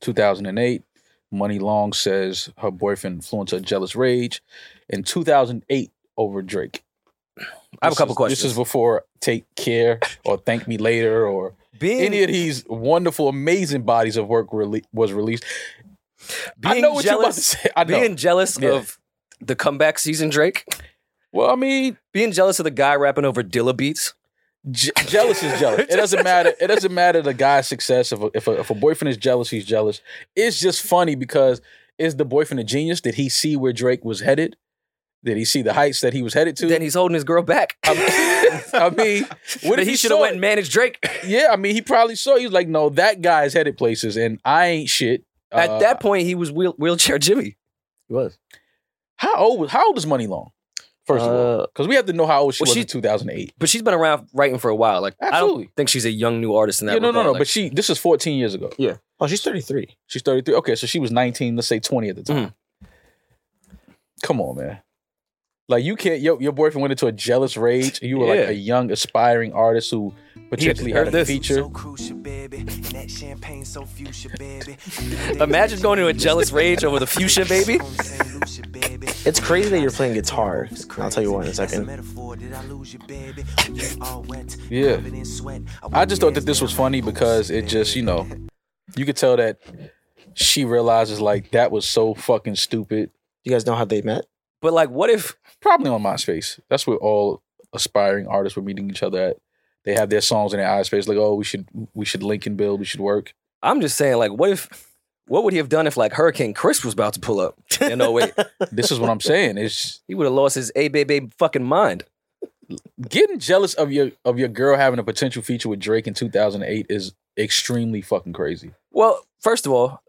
2008, Money Long says her boyfriend flew into a jealous rage in 2008 over Drake. I have This a couple is- questions. This is before Take Care or Thank Me Later or being any of these wonderful, amazing bodies of work rele- was released. being I know what you're about to jealous, say. I know. being jealous Yeah. of the comeback season, Drake. well, I mean, Being jealous of the guy rapping over Dilla beats. Je- jealous is jealous. It doesn't matter. It doesn't matter the guy's success. If a, if a if a boyfriend is jealous, he's jealous. It's just funny because is the boyfriend a genius? Did he see where Drake was headed? Did he see the heights that he was headed to? Then he's holding his girl back. I mean, I mean, Uh, what But if he he should have saw went and managed Drake. it? Yeah, I mean, he probably saw. it. He was like, "No, that guy's headed places, and I ain't shit." Uh, At that point, he was wheel- wheelchair Jimmy. he was. how old was how old is Money Long? First of Uh, all, because we have to know how old she Uh, well, was she- in 2008. But she's been around writing for a while. Like I Absolutely. don't think she's a young new artist in that. Yeah, no, no, regard. no. Like, but she this is 14 years ago. Yeah. Oh, she's 33. She's 33. Okay, so she was 19, let's say 20 at the time. Mm-hmm. Come on, man. Like you can't your, your boyfriend went into a jealous rage. and You were Yeah. like a young aspiring artist who potentially had deserved a this. feature. imagine going to a jealous rage over the fuchsia baby. It's crazy that you're playing guitar. I'll tell you what in a second. Yeah. I just thought that this was funny because it just, you know, you could tell that she realizes like that was so fucking stupid. You guys know how they met? But like, what if? Probably on MySpace. That's where all aspiring artists were meeting each other at. They have their songs in their MySpace. Like, oh, we should we should link and build. We should work. I'm just saying, like, what if? What would he have done if like Hurricane Chris was about to pull up? Yeah, no wait, This is what I'm saying. It's he would have lost his a baby fucking mind. getting jealous of your of your girl having a potential feature with Drake in 2008 is extremely fucking crazy. Well, first of all,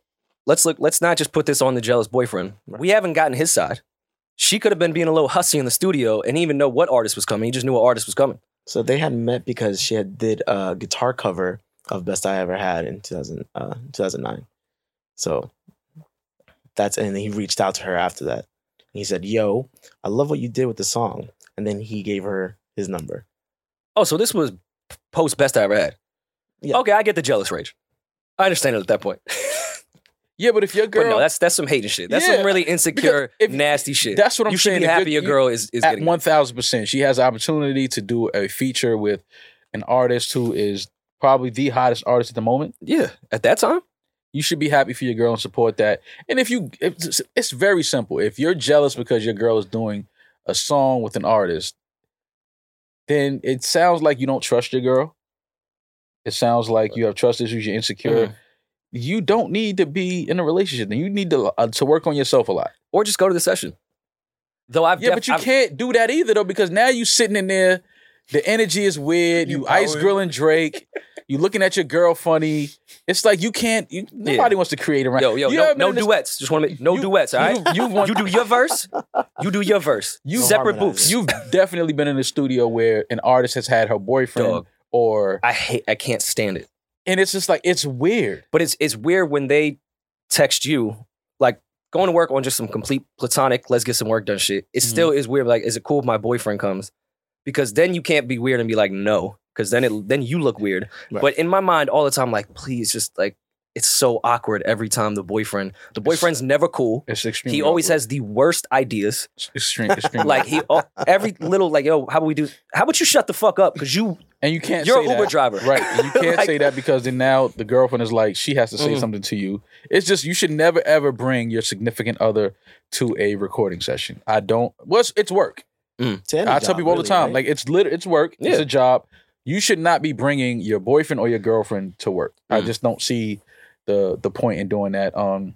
let's look. Let's not just put this on the jealous boyfriend. We haven't gotten his side. She could have been being a little hussy in the studio and even know what artist was coming. He just knew what artist was coming. So they had met because she had did a guitar cover of Best I Ever Had in 2000, uh, 2009. So that's and he reached out to her after that. He said, "Yo, I love what you did with the song." And then he gave her his number. Oh, so this was post best I ever had. Yeah. Okay, I get the jealous rage. I understand it at that point. Yeah, but if your But girl no, that's that's some hating shit. That's Yeah, some really insecure, because if- nasty shit. that's what I'm you should saying. be If happy your you're- girl is is at getting. one thousand percent, she has the opportunity to do a feature with an artist who is probably the hottest artist at the moment. yeah, at that time. You should be happy for your girl and support that. And if you, it's, it's very simple. If you're jealous because your girl is doing a song with an artist, then it sounds like you don't trust your girl. It sounds like you have trust issues. You're insecure. Mm-hmm. You don't need to be in a relationship. Then you need to uh, to work on yourself a lot. or just go to the session. Though I've Yeah, def- but you I've- can't do that either though, because now you sitting in there, the energy is weird. You, You ice bowing. grilling Drake. you looking at your girl funny. It's like you can't. You, nobody wants to create around. Yo, yo, you no, ever been no in this- duets. Just want to make no You- duets. All right, you- you, you want- do your verse, you do your verse. You You- separate Harmonize. booths. You've definitely been in a studio where an artist has had her boyfriend Dog. or, I hate. I can't stand it. and it's just like it's weird. But it's it's weird when they text you like going to work on just some complete platonic. Let's get some work done. Shit. Mm-hmm. It still is weird. Like, is it cool if my boyfriend comes? Because then you can't be weird and be like no. Because then it then you look weird. Right. But in my mind, all the time, like please, just like it's so awkward every time the boyfriend. The boyfriend's never cool. It's extremely. He always awkward. has the worst ideas. It's extreme, extreme. Like he oh, every little like yo, how about we do? How about you shut the fuck up? Because you and you can't. you're say an Uber that. driver, Right. and You can't Like- say that because then now the girlfriend is like, she has to say Mhm. something to you. It's just, you should never, ever bring your significant other to a recording session. I don't, well, it's, it's work. To any I tell job, people all the really, time, right? like, it's lit, it's work, it's Yeah. a job. You should not be bringing your boyfriend or your girlfriend to work. I Mm. just don't see the the point in doing that. Um,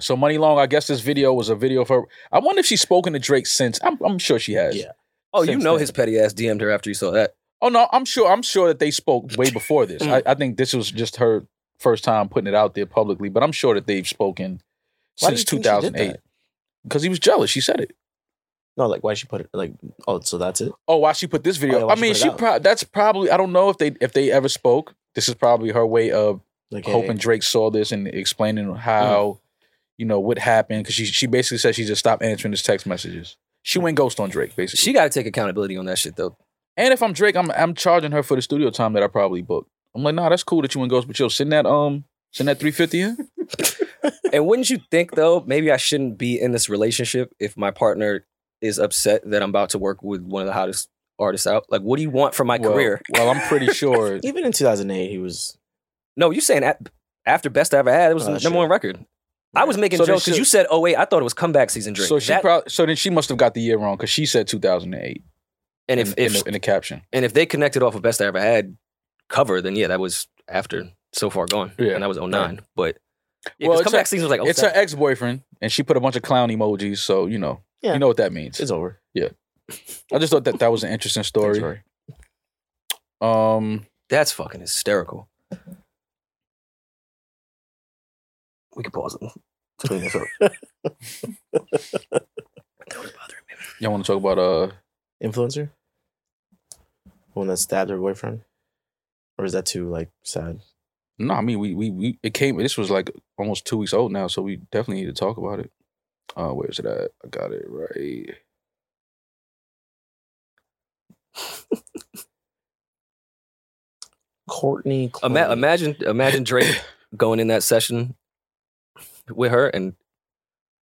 so Money Long, I guess this video was a video of her. I wonder if she's spoken to Drake since. I'm, I'm sure she has. Yeah. oh, you Since know then. his petty ass DM'd her after you saw that. Oh no, I'm sure. I'm sure that they spoke way before this. Mm. I, I think this was just her first time putting it out there publicly. But I'm sure that they've spoken Why do since you think she did 2008 that? because he was jealous. She said it. No, like why she put it like oh, so that's it. Oh, why she put this Oh, yeah, video? why I she mean, put it she out? pro- that's probably. I don't know if they if they ever spoke. This is probably her way of Like hoping Drake saw this and explaining how you know what happened because she she basically said she just stopped answering his text messages. She went ghost on Drake basically. She got to take accountability on that shit though. And if I'm Drake, I'm I'm charging her for the studio time that I probably booked. I'm like, nah, that's cool that you went ghost, but yo, send that um, send that 350 in. and wouldn't you think though, maybe I shouldn't be in this relationship if my partner is upset that I'm about to work with one of the hottest artists out? Like, what do you want from my well, career? Well, I'm pretty sure. even in 2008 he was No, you saying at, after best I ever had, it was Oh, the number shit. one record. I was making So they jokes because should- you said, "Oh wait, I thought it was comeback season." Drake. so she That- probably so then she must have got the year wrong because she said 2008 and if, in, if in, the, in the caption. And if they connected off of Best I Ever Had cover, then yeah, that was after So Far Gone. Yeah. And that was 09. But yeah, Well, well, it's comeback a- season was like, oh, It's her ex boyfriend, and she put a bunch of clown emojis. So you know, Yeah. you know what that means. it's over. I just thought that that was an interesting story. Sorry. Um, that's fucking hysterical. We can pause it. Clean this up. That was bothering me. Y'all want to talk about uh influencer? The one that stabbed her boyfriend, or is that too like sad? No, I mean we we we it came. This was like almost two weeks old now, so we definitely need to talk about it. Uh, where's it at? I got it right. Courtney. Ima- imagine, imagine Drake going in that session with her and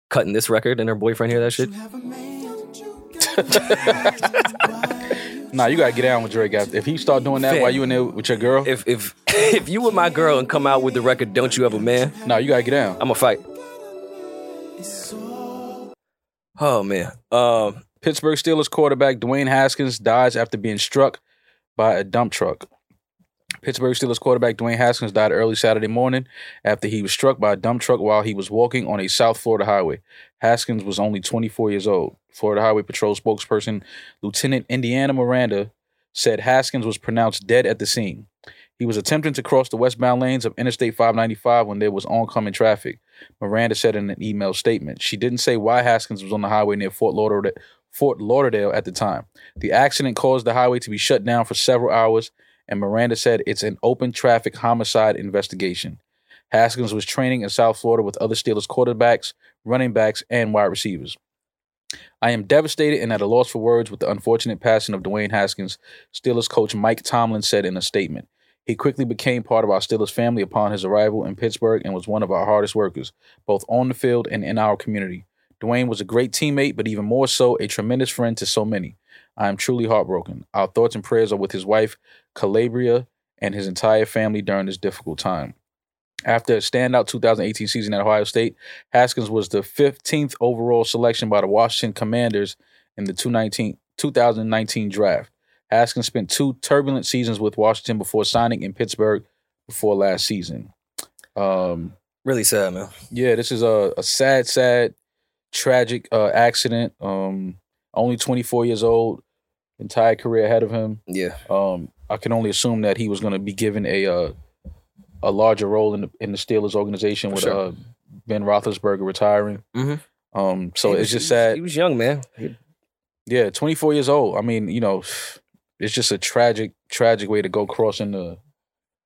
cutting this record, and her boyfriend hear that shit. Nah, you gotta get down with Drake. after- If he start doing that Fam. while you in there with your girl, if if if you were my girl and come out with the record, don't you have a man? No, you gotta get down. I'm gonna fight. Oh man. Um, Pittsburgh Steelers quarterback Dwayne Haskins dies after being struck by a dump truck. Pittsburgh Steelers quarterback Dwayne Haskins died early Saturday morning after he was struck by a dump truck while he was walking on a South Florida highway. Haskins was only 24 years old. Florida Highway Patrol spokesperson Lieutenant Indiana Miranda said Haskins was pronounced dead at the scene. He was attempting to cross the westbound lanes of Interstate 595 when there was oncoming traffic. Miranda said in an email statement. She didn't say why Haskins was on the highway near Fort Lauderdale, Fort Lauderdale at the time. The accident caused the highway to be shut down for several hours, and Miranda said it's an open traffic homicide investigation. Haskins was training in South Florida with other Steelers quarterbacks, running backs, and wide receivers. I am devastated and at a loss for words with the unfortunate passing of Dwayne Haskins, Steelers coach Mike Tomlin said in a statement. He quickly became part of our Steelers family upon his arrival in Pittsburgh and was one of our hardest workers, both on the field and in our community. Dwayne was a great teammate, but even more so, a tremendous friend to so many. I am truly heartbroken. Our thoughts and prayers are with his wife, Calabria, and his entire family during this difficult time. After a standout 2018 season at Ohio State, Haskins was the 15th overall selection by the Washington Commanders in the 2019 2019 draft. Haskins spent two turbulent seasons with Washington before signing in Pittsburgh before last season. Um, really sad, man. Yeah, this is a, a sad, sad, tragic uh, accident. Um, only 24 years old, entire career ahead of him. Yeah. Um, I can only assume that he was going to be given a uh, a larger role in the, in the Steelers organization For with sure. uh, Ben Roethlisberger retiring. Mhm. Um, so He was- it's just he was- sad. He was young, man. Yeah, 24 years old. I mean, you know, it's just a tragic, tragic way to go crossing the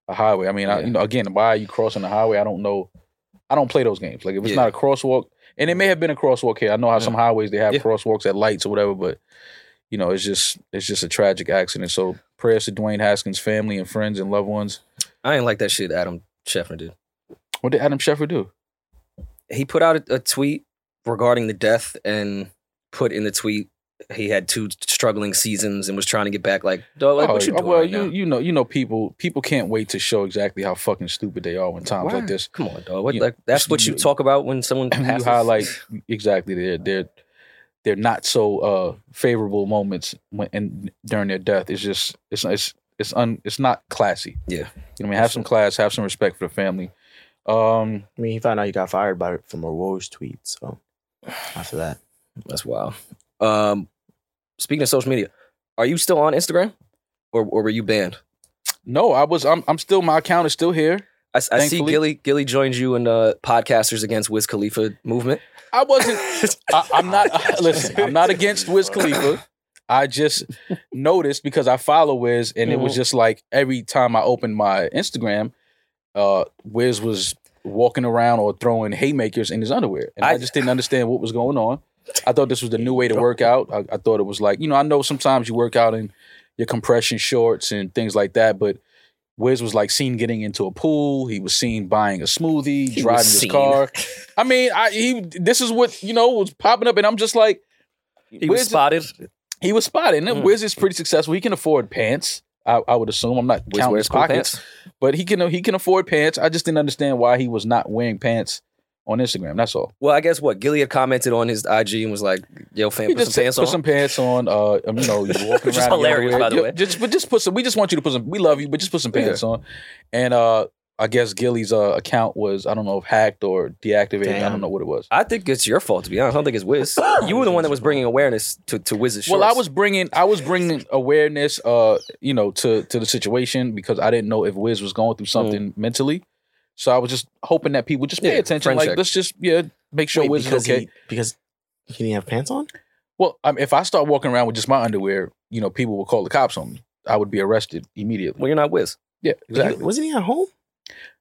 a highway. I mean, I, you know, again, why are you crossing the highway? I don't know. I don't play those games. Like if it's Yeah. not a crosswalk, and it may have been a crosswalk here. I know how some highways they have Yeah. crosswalks at lights or whatever, but you know, it's just it's just a tragic accident. So prayers to Dwayne Haskins' family and friends and loved ones. I ain't like that shit Adam Scheffner did. What did Adam Schefter do? He put out a, a tweet regarding the death and put in the tweet he had two struggling seasons and was trying to get back. Like, dog, like, Oh, what you oh, doing well, right you now? you know you know people people can't wait to show exactly how fucking stupid they are when times Why? like this. Come on, dog. What, You- like, that's what you you- talk about when someone you passes. highlight exactly they're they're they're not so uh favorable moments when and during their death it's just it's it's it's un it's not classy yeah you know what i mean have some class have some respect for the family um I mean, he found out he got fired by from a Woj tweet. So after that, That's wild. Um, speaking of social media, are you still on Instagram, or, or were you banned? no i was i'm, I'm still my account is still here I, s- I see Thankfully- Gilly Gilly joined you in the podcasters against Wiz Khalifa movement. I wasn't. I, I'm not. listen, I'm not against Wiz Khalifa. I just noticed because I follow Wiz, and it was Mhm. just like every time I opened my Instagram, uh, Wiz was walking around or throwing haymakers in his underwear, and I, I- just didn't understand what was going on. I thought this was the new way to work out. I, I thought it was like you know I know sometimes you work out in your compression shorts and things like that, but Wiz was like seen getting into a pool. He was seen buying a smoothie, He driving was his seen. car. I mean, I he this is what you know was popping up, and I'm just like, He was Wiz- spotted. He was spotted, and then Mm. Wiz is pretty successful. He can afford pants. I, I would assume. I'm not Wiz counting wears his cool pockets, pants. but he can he can afford pants. I just didn't understand why he was not wearing pants on Instagram. That's all. Well, I guess what Gilly had commented on his IG and was like, "Yo, fam, He put some just pants put on." some pants on. Uh, um, you know, you're walking Which is around. in your hilarious, underwear. by the Yeah, way. Just, but just put some. We just want you to put some. We love you, but just put some pants on. And uh, I guess Gilly's uh, account was I don't know if hacked or deactivated. I don't Damn. know what it was. I think it's your fault to be honest. I don't think it's Wiz. You were the one that was bringing awareness to to Wiz's Well, I shorts. was bringing I was bringing awareness, uh, you know, to to the situation because I didn't know if Wiz was going Mm. through something mentally. So I was just hoping that people just pay Yeah, attention. friend Like, check. let's just yeah, make sure Wait, Wiz is because okay. he, because he didn't have pants on. Well, I mean, if I start walking around with just my underwear, you know, people will call the cops on me. I would be arrested immediately. Well, you're not Wiz. Yeah, exactly. wasn't he at home?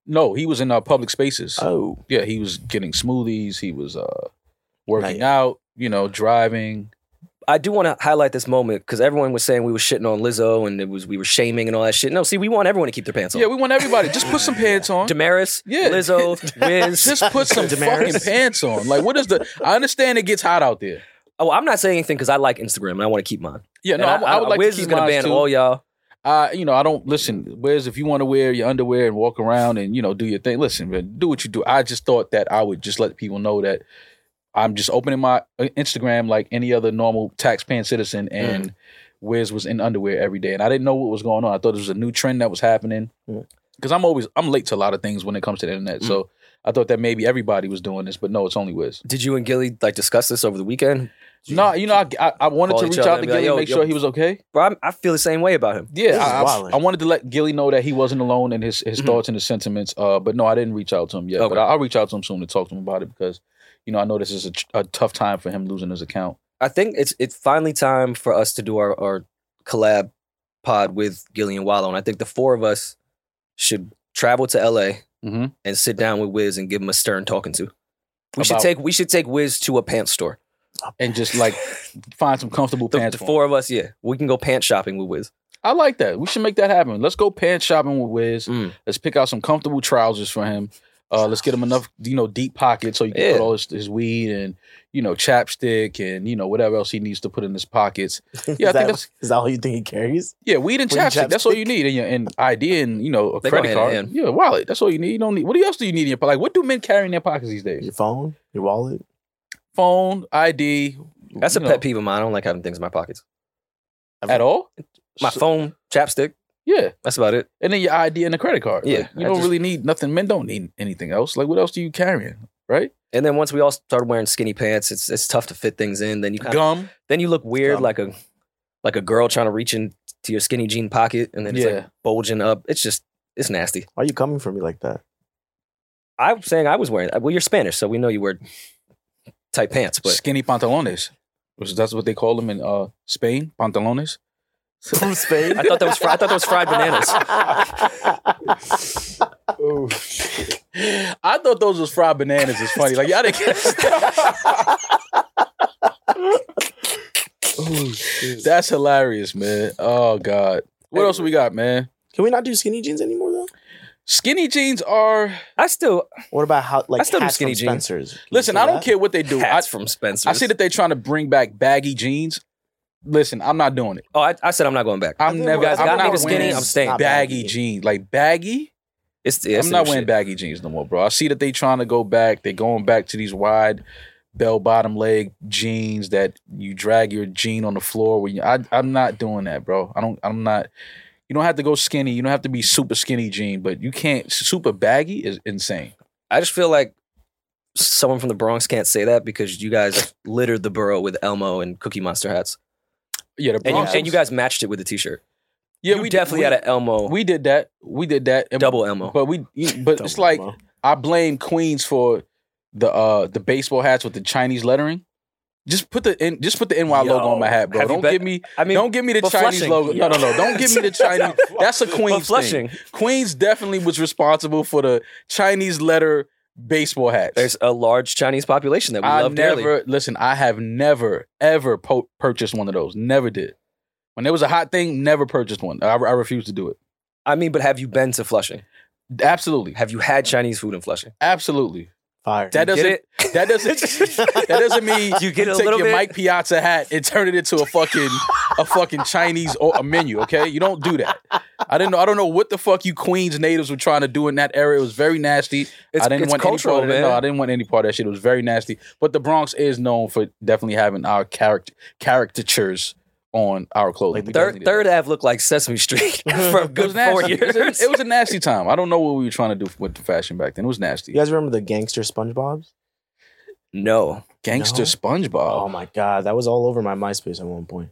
No, he was in uh, public spaces. Oh, yeah, he was getting smoothies. He was uh, working out. You know, driving. I do want to highlight this moment because everyone was saying we were shitting on Lizzo and it was we were shaming and all that shit. No, see, we want everyone to keep their pants on. Yeah, we want everybody just put some pants on. Damaris, Yeah. Lizzo, Wiz. Just put some Damaris. fucking pants on. Like, what is the? I understand it gets hot out there. Oh, I'm not saying anything because I like Instagram and I want to keep mine. Yeah, no, And I, I would like Wiz to is keep gonna mine, ban too. all y'all. I, you know, I don't listen. Whereas if you want to wear your underwear and walk around and you know do your thing, listen, man, do what you do. I just thought that I would just let people know that I'm just opening my uh, Instagram like any other normal tax-paying citizen, Mm. and Wiz was in underwear every day, and I didn't know what was going on. I thought it was a new trend that was happening Mm. because I'm always I'm late to a lot of things when it comes to the internet. Mm. So I thought that maybe everybody was doing this, but no, it's only Wiz. Did you and Gilly like discuss this over the weekend? No, you know, I I, I wanted Call to each reach other out and be to like, Gilly "Yo, and make yo, sure he was okay. Bro, I'm, I feel the same way about him. This Yeah, is I, I, wildin'. I wanted to let Gilly know that he wasn't alone and his his thoughts and his sentiments. Uh, but no, I didn't reach out to him yet. Okay. But I, I'll reach out to him soon to talk to him about it because, you know, I know this is a, tr- a tough time for him losing his account. I think it's it's finally time for us to do our, our collab pod with Gillian Wallow. And I think the four of us should travel to LA Mm-hmm. and sit down with Wiz and give him a stern talking to. We should About- take we should take Wiz to a pants store. And just like find some comfortable The, pants. the for him. four of us, yeah. We can go pants shopping with Wiz. I like that. We should make that happen. Let's go pants shopping with Wiz. Mm. Let's pick out some comfortable trousers for him. Uh, let's get him enough, you know, deep pockets so he can Yeah. put all his, his weed and you know chapstick and you know whatever else he needs to put in his pockets. is, Yeah, I think that, that's- is that all you think he carries? Yeah, weed and Weed and chapstick. That's all chapstick. you need, and your and ID, and you know a They go credit hand in card. hand. Yeah, wallet. That's all you need. You don't need. What else do you need in your pocket? Like, what do men carry in their pockets these days? Your phone, your wallet. Phone, ID. That's a you know, pet peeve of mine. I don't like having things in my pockets. at all. My So- phone, chapstick, Yeah, that's about it. and then your ID and a credit card. Yeah, Like, you I don't just- really need nothing. Men don't need anything else. Like, what else do you carrying? Right? And then once we all started wearing skinny pants, it's it's tough to fit things in. Then you kind of Gum. then you look weird Gum. like a like a girl trying to reach into your skinny jean pocket and then it's like Yeah. bulging up. It's just it's nasty. Why are you coming for me like that? I'm saying I was wearing uh, well, you're Spanish, so we know you wear tight pants, but Skinny pantalones. Which that's what they call them in uh, Spain. Pantalones. From Spain. I thought that was fri- I thought that was fried bananas. Oh, I thought those was fried bananas. It's funny. Like, y'all didn't oh shit. That's hilarious, man. Oh God. What else we got, man? Can we not do skinny jeans anymore though? Skinny jeans are. I still What about how like I still do hats skinny from jeans. Spencer's? Can you Listen, do I don't that? care what they do. I, hats from Spencer's. I see that they're trying to bring back baggy jeans. Listen, I'm not doing it. Oh, I, I said I'm not going back. I'm think never. you guys I'm got not me to skinny, wearing I'm staying. baggy, Baggy. jeans. Like baggy. It's, it's I'm not the wearing shit. baggy jeans no more, bro. I see that they trying to go back. They're going back to these wide bell bottom leg jeans that you drag your jean on the floor when you I I'm not doing that, bro. I don't I'm not you don't have to go skinny. You don't have to be super skinny jean, but you can't super baggy is insane. I just feel like someone from the Bronx can't say that because you guys littered the borough with Elmo and Cookie Monster hats, Yeah, the and Bronx- you, and you guys matched it with a T-shirt. yeah, you definitely had an Elmo, We did that. We did that. And- double Elmo. But we but it's Double like emo. I blame Queens for the uh the baseball hats with the Chinese lettering. Just put the N, just put the NY logo on my hat, bro. have you Don't bet- give me I mean, don't give me the but Chinese Flushing- logo. No, no, no. Don't give me the Chinese. That's a but Queens thing. Flushing, Queens definitely was responsible for the Chinese letter baseball hats. there's a large Chinese population that we I love never dearly. listen. I have never ever po- purchased one of those. Never did. When there was a hot thing, never purchased one. I, I refuse to do it. I mean, but have you been to Flushing? Absolutely, Have you had Chinese food in Flushing? absolutely. Fire. That You doesn't. get That doesn't. that doesn't mean You get a take little your bit- Mike Piazza hat and turn it into a fucking a fucking Chinese or a menu. Okay, you don't do that. I didn't know. I don't know what the fuck you Queens natives were trying to do in that area. It was very nasty. It's, I didn't it's want cultural, any part of man. that. No, I didn't want any part of that shit. It was very nasty. But the Bronx is known for definitely having our character caricatures on our clothing. Like the We Third, definitely did Third Ave looked like Sesame Street for a that. It good four was nasty. It was, years. a, it was a nasty time. I don't know what we were trying to do with the fashion back then. It was nasty. You guys remember the gangster SpongeBob's? no, Gangster No. SpongeBob. Oh my god, that was all over my MySpace at one point.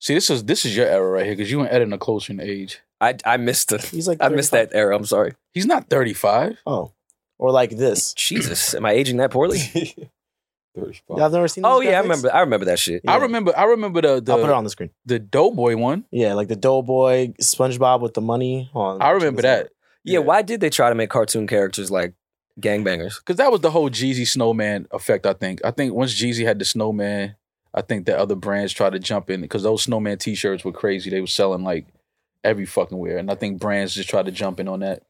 See, this is this is your era right here because you and Ed in a closer in age. I I missed it. He's like I missed 35. that era. I'm sorry. He's not thirty five. Oh, or like this. Jesus, am I aging that poorly? 35. Y'all never seen Oh these yeah, I graphics? remember. I remember that shit. I remember. I remember the. the I'll put it on the screen. The Doughboy one. Yeah, like the Doughboy, SpongeBob with the money. Hold on, I remember that Yeah, why did they try to make cartoon characters like gangbangers? because that was the whole Jeezy Snowman effect. I think. I think once Jeezy had the Snowman, I think that other brands tried to jump in because those Snowman T-shirts were crazy. They were selling like every fucking where, and I think brands just tried to jump in on that.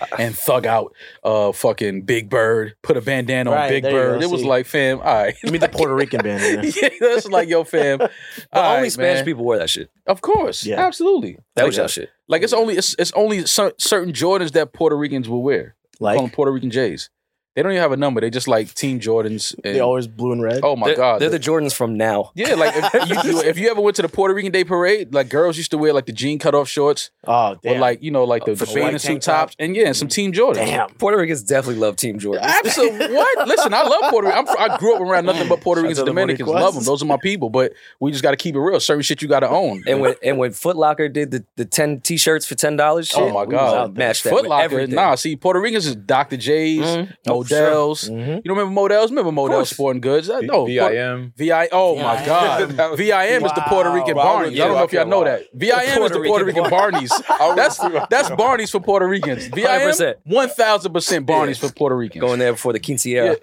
Ah. And thug out, uh, fucking Big Bird. Put a bandana Right, on Big there you go, Bird. It was see. like, fam, all right. Give me the Puerto Rican band. yeah, that's like, yo, fam. The The all only right, Spanish man. people wore that shit. Of course, Yeah. absolutely. That Like, was y'all shit. Like it's only it's, it's only cer- certain Jordans that Puerto Ricans will wear. Call them Like Puerto Rican J's. They don't even have a number. They just like Team Jordans. And, they always blue and red. oh my they're, god, they're the Jordans from now. yeah. Like if you, you- if you ever went to the Puerto Rican Day Parade, like girls used to wear like the jean cutoff shorts Oh damn! or like you know like the, the sure. bathing White suit tank tops and yeah, and some Team Jordans. damn. Puerto Ricans definitely love Team Jordan. Absolutely. What? Listen, I love Puerto Rican. I'm, fr- I grew up around nothing but Puerto Shout Ricans and out to the Dominicans. Moniquas. Love them. Those are my people. But we just got to keep it real. Certain shit you got to own. And when and when Foot Locker did the, the ten t shirts for ten dollars, Oh my god, match that Foot with Locker. everything. Nah, see, Puerto Ricans is Dr. J's, Mhm. Oh, for sure. Models. Mhm. You don't remember Models? Remember Models course. Sporting Goods? Uh, No, V- VIM. VI. Oh my VIM. god, That was- VIM is the Wow. Puerto Rican Why Barneys. I would don't you? know if y'all Okay, know why? that. VIM is Puerto the Puerto Rican Rican Barneys. that's that's Barneys for Puerto Ricans. VIM, 100%. one thousand percent Barneys for Puerto Ricans. going there before the quinceañera.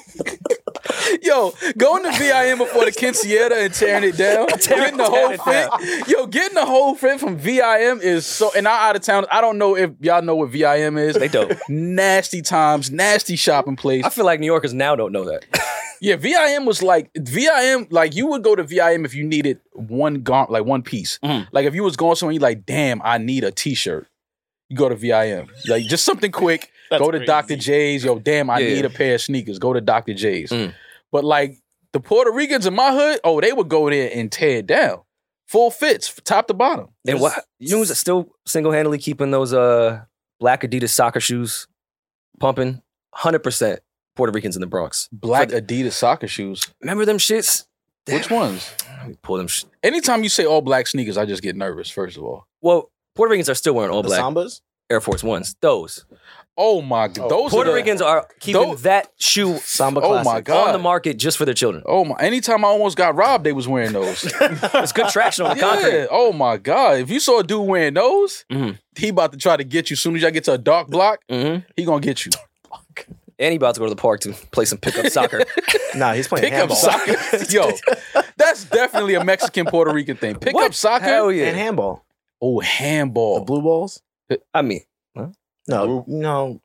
Yo, going to VIM before the Quinceañera and tearing it down, getting the whole fit. Yo, getting the whole fit from VIM is so. And I out of town. I don't know if y'all know what VIM is. They dope. Nasty times, nasty shopping place. I feel like New Yorkers now don't know that. Yeah, VIM was like VIM. Like you would go to VIM if you needed one garment, like one piece. Like if you was going somewhere, you like, damn, I need a T-shirt. You go to VIM, like just something quick. That's go to crazy. Dr. J's. Yo, damn, I Yeah. need a pair of sneakers. Go to Dr. J's. Mm. But like the Puerto Ricans in my hood, oh, they would go there and tear it down, full fits, top to bottom. And why you know who's still single handedly keeping those uh black Adidas soccer shoes pumping? Hundred percent Puerto Ricans in the Bronx. Black Adidas soccer shoes. Remember them shits? Which ones? Pull them. Sh- Anytime you say all black sneakers, I just get nervous. First of all. well, Puerto Ricans are still wearing all the black Sambas. Air Force Ones. Those Oh my god, those Puerto are the- Ricans are keeping Those- that shoe Samba. Oh my classic. God. on the market just for their children. Oh my! Anytime I almost got robbed, they was wearing those. It's good traction on the yeah. concrete. Oh my god! If you saw a dude wearing those, Mm-hmm. Mhm. he about to try to get you. Soon as y'all get to a dark block, hmm he gonna get you. And he about to go to the park to play some pickup soccer. Nah, he's playing Pick up handball soccer, yo. That's definitely a Mexican Puerto Rican thing. Pick What? up soccer. Hell and yeah! handball. Oh, The handball. blue balls. I mean, No, no.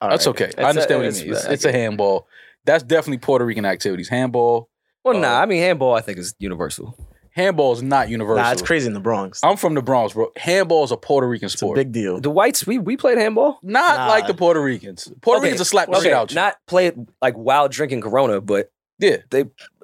All That's right. okay. I It's understand a- what you it's- mean. It's, I it's a handball. That's definitely Puerto Rican activities. Handball. well, nah. Uh, I mean, handball. I think is universal. Handball is not universal. Nah, it's crazy in the Bronx. I'm from the Bronx, bro. Handball is a Puerto Rican It's a sport. big deal. The whites, we we played handball. not Nah. like the Puerto Ricans. Puerto Okay, Ricans are slap the okay, shit out you. Not play it like while drinking Corona, but yeah.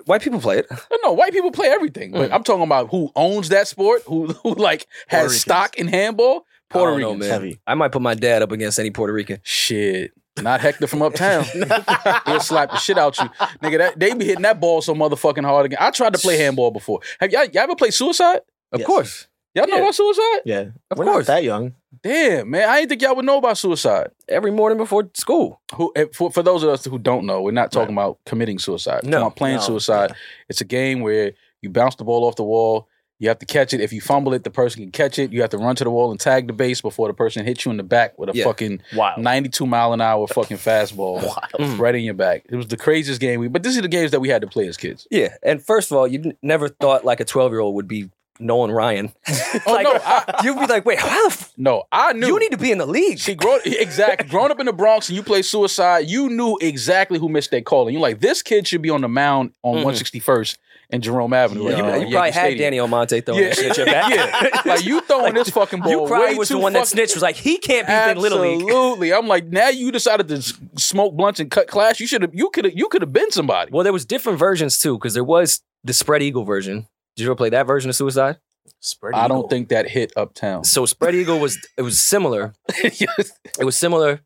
white people play it. No, no, white people play everything, but Mm. I'm talking about who owns that sport, who who like has Ricans. stock in handball. Puerto I don't know, Ricans, man. Heavy. I might put my dad up against any Puerto Rican. shit, not Hector from uptown. He'll slap the shit out you, nigga. That, they be hitting that ball so motherfucking hard again. I tried to play handball before. Have y'all, y'all ever played suicide? Of Yes. course, Y'all know Yeah. about suicide? Yeah, Of we're course. not that young. Damn, man, I didn't think y'all would know about suicide. every morning before school. Who, eh, for, for those of us who don't know, we're not talking about committing suicide. We're No, talking about playing no. suicide. It's a game where you bounce the ball off the wall. You have to catch it. If you fumble it, the person can catch it. You have to run to the wall and tag the base before the person hits you in the back with a Yeah. fucking Wow. 92 mile an hour fucking fastball Mm. right in your back. It was the craziest game. We, but these are the games that we had to play as kids. Yeah, and first of all, you n- never thought like a twelve-year-old would be knowing Ryan. Oh Like, no, I, You'd be like, wait, how the f- no, I knew. you need to be in the league? See, grown exactly. Growing up in the Bronx and you play suicide, you knew exactly who missed their call. And you're like, this kid should be on the mound on Mhm. 161st and Jerome Avenue. you, Like, you on probably Yankee had Stadium. Danny Almonte throwing that shit at your back. yeah. Like you throwing this fucking ball. You probably way was the too one that fucking- snitched. Was like, he can't be in little league. Absolutely. I'm like, now you decided to s- smoke blunts and cut class. You should have. You could have. You could have been somebody. Well, there was different versions too, because there was the spread eagle version. Did you ever play that version of Suicide? Spread I eagle. don't think that hit uptown. So spread eagle was it was similar, Yes. It was similar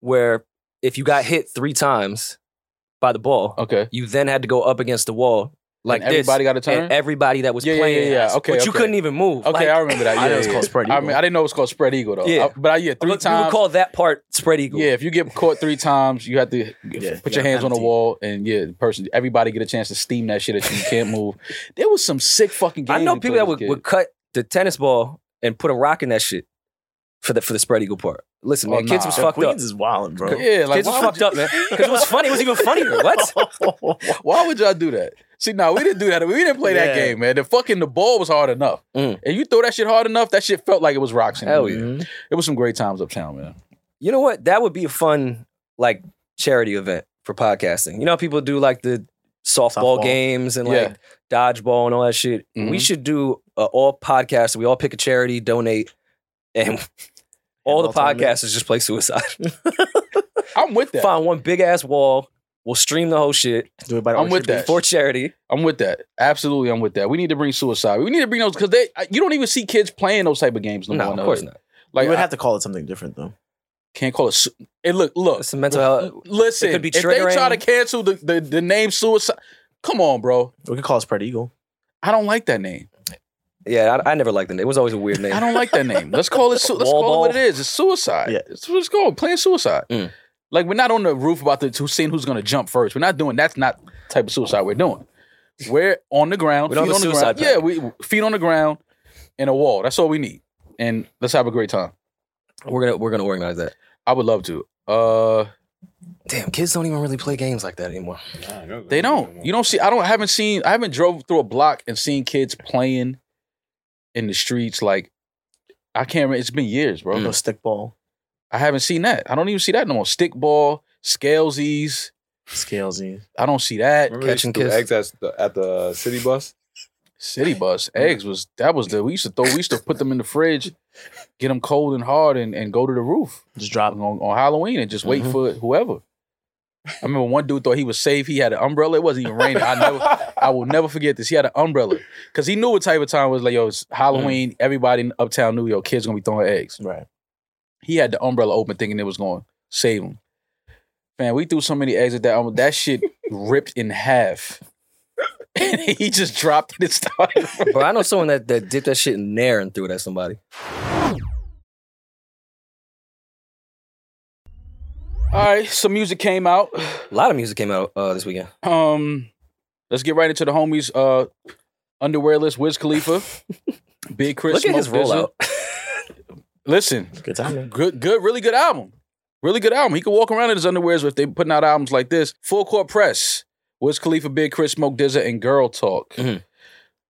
where if you got hit three times by the ball, okay. you then had to go up against the wall like And everybody this, got a turn? and everybody that was Yeah, yeah, playing. yeah, yeah. ass, Okay, but you okay. couldn't even move. Okay, Like- I remember that. Yeah, I know yeah, it's yeah. called spread I eagle. mean, I didn't know it was called spread eagle though. Yeah. I- but I, yeah, three But We times. would call that part spread eagle. yeah, if you get caught three times, you have to put your yeah, hands on the penalty. wall, and yeah, the person, everybody get a chance to steam that shit that you can't move. There was some sick fucking. Games I know we people played that as would, kids. would cut the tennis ball and put a rock in that shit for the for the spread eagle part. Listen, Oh, man, kids nah. was The fucked Queens up. is wild, bro. Yeah, like kids was why would fucked up, man. Because it was funny. It was even funnier. What? Why would y'all do that? See, no, we didn't do that. We didn't play that Yeah. game, man. The fucking the ball was hard enough, Mm. and you throw that shit hard enough, that shit felt like it was rocks. in Hell the yeah. Mm-hmm. air. It was some great times uptown, man. You know what? That would be a fun like charity event for podcasting. You know how people do like the softball, Mm-hmm. Softball. games and Yeah. like dodgeball and all that shit. We Mhm. should do a all podcasts. We all pick a charity, donate, and all the all time podcasters just play suicide. I'm with that. Find one big ass wall. We'll stream the whole shit Do it by I'm with that. for charity. I'm with that. Absolutely, I'm with that. We need to bring suicide. We need to bring those because they you don't even see kids playing those type of games no, No, more. of nowadays. course not. Like you would I have to call it something different though. can't call it. Su- it look look. It's a mental health. Listen, It could be if they try triggering. to cancel the, the the name suicide, come on, bro. We could call it spread eagle. I don't like that name. Yeah, I, I never liked the name. It was always a weird name. I don't like that name. Let's call it. Su- let's Wall call it what it ball? is. It's suicide. Yeah. It's what it's called. Playing suicide. Mm. Like we're not on the roof about to, to seeing who's going to jump first. We're not doing. That's not the type of suicide we're doing. We're on the ground. We don't feet have on a the suicide ground. Yeah, we feet on the ground and a wall. That's all we need. And let's have a great time. We're gonna we're gonna organize that. I would love to. Uh, Damn, kids don't even really play games like that anymore. they don't. You don't see. I don't. Haven't seen. I haven't drove through a block and seen kids playing in the streets. Like I can't. remember. It's been years, bro. Mm. No stick ball, I haven't seen that. I don't even see that no more. Stickball, scalesies. scalesy. I don't see that. Remember they Catch and threw kiss. eggs at the, at the city bus. City bus eggs was that was the we used to throw. We used to put them in the fridge, get them cold and hard, and, and go to the roof Just drop. on, on Halloween and just wait for whoever. I remember one dude thought he was safe. He had an umbrella. It wasn't even raining. I never, I will never forget this. He had an umbrella because he knew what type of time it was like. Yo, it's Halloween. Everybody in uptown New York kids gonna be throwing eggs. Right. he had the umbrella open thinking it was going to save him. Man, we threw so many eggs at that umbrella. That shit ripped in half. And he just dropped it and started. Bro, I know someone that, that dipped that shit in there and threw it at somebody. All right, some music came out. A lot of music came out uh, this weekend. Um, let's get right into the homies. Uh, underwear list. Wiz Khalifa, Big Chris. Look at his Smoke Dizza. rollout. Listen, Good timing. good, good, really good album. Really good album. He could walk around in his underwears if they putting out albums like this. Full court press. Wiz Khalifa, Big Chris, Smoke Dizza, and Girl Talk. Mhm.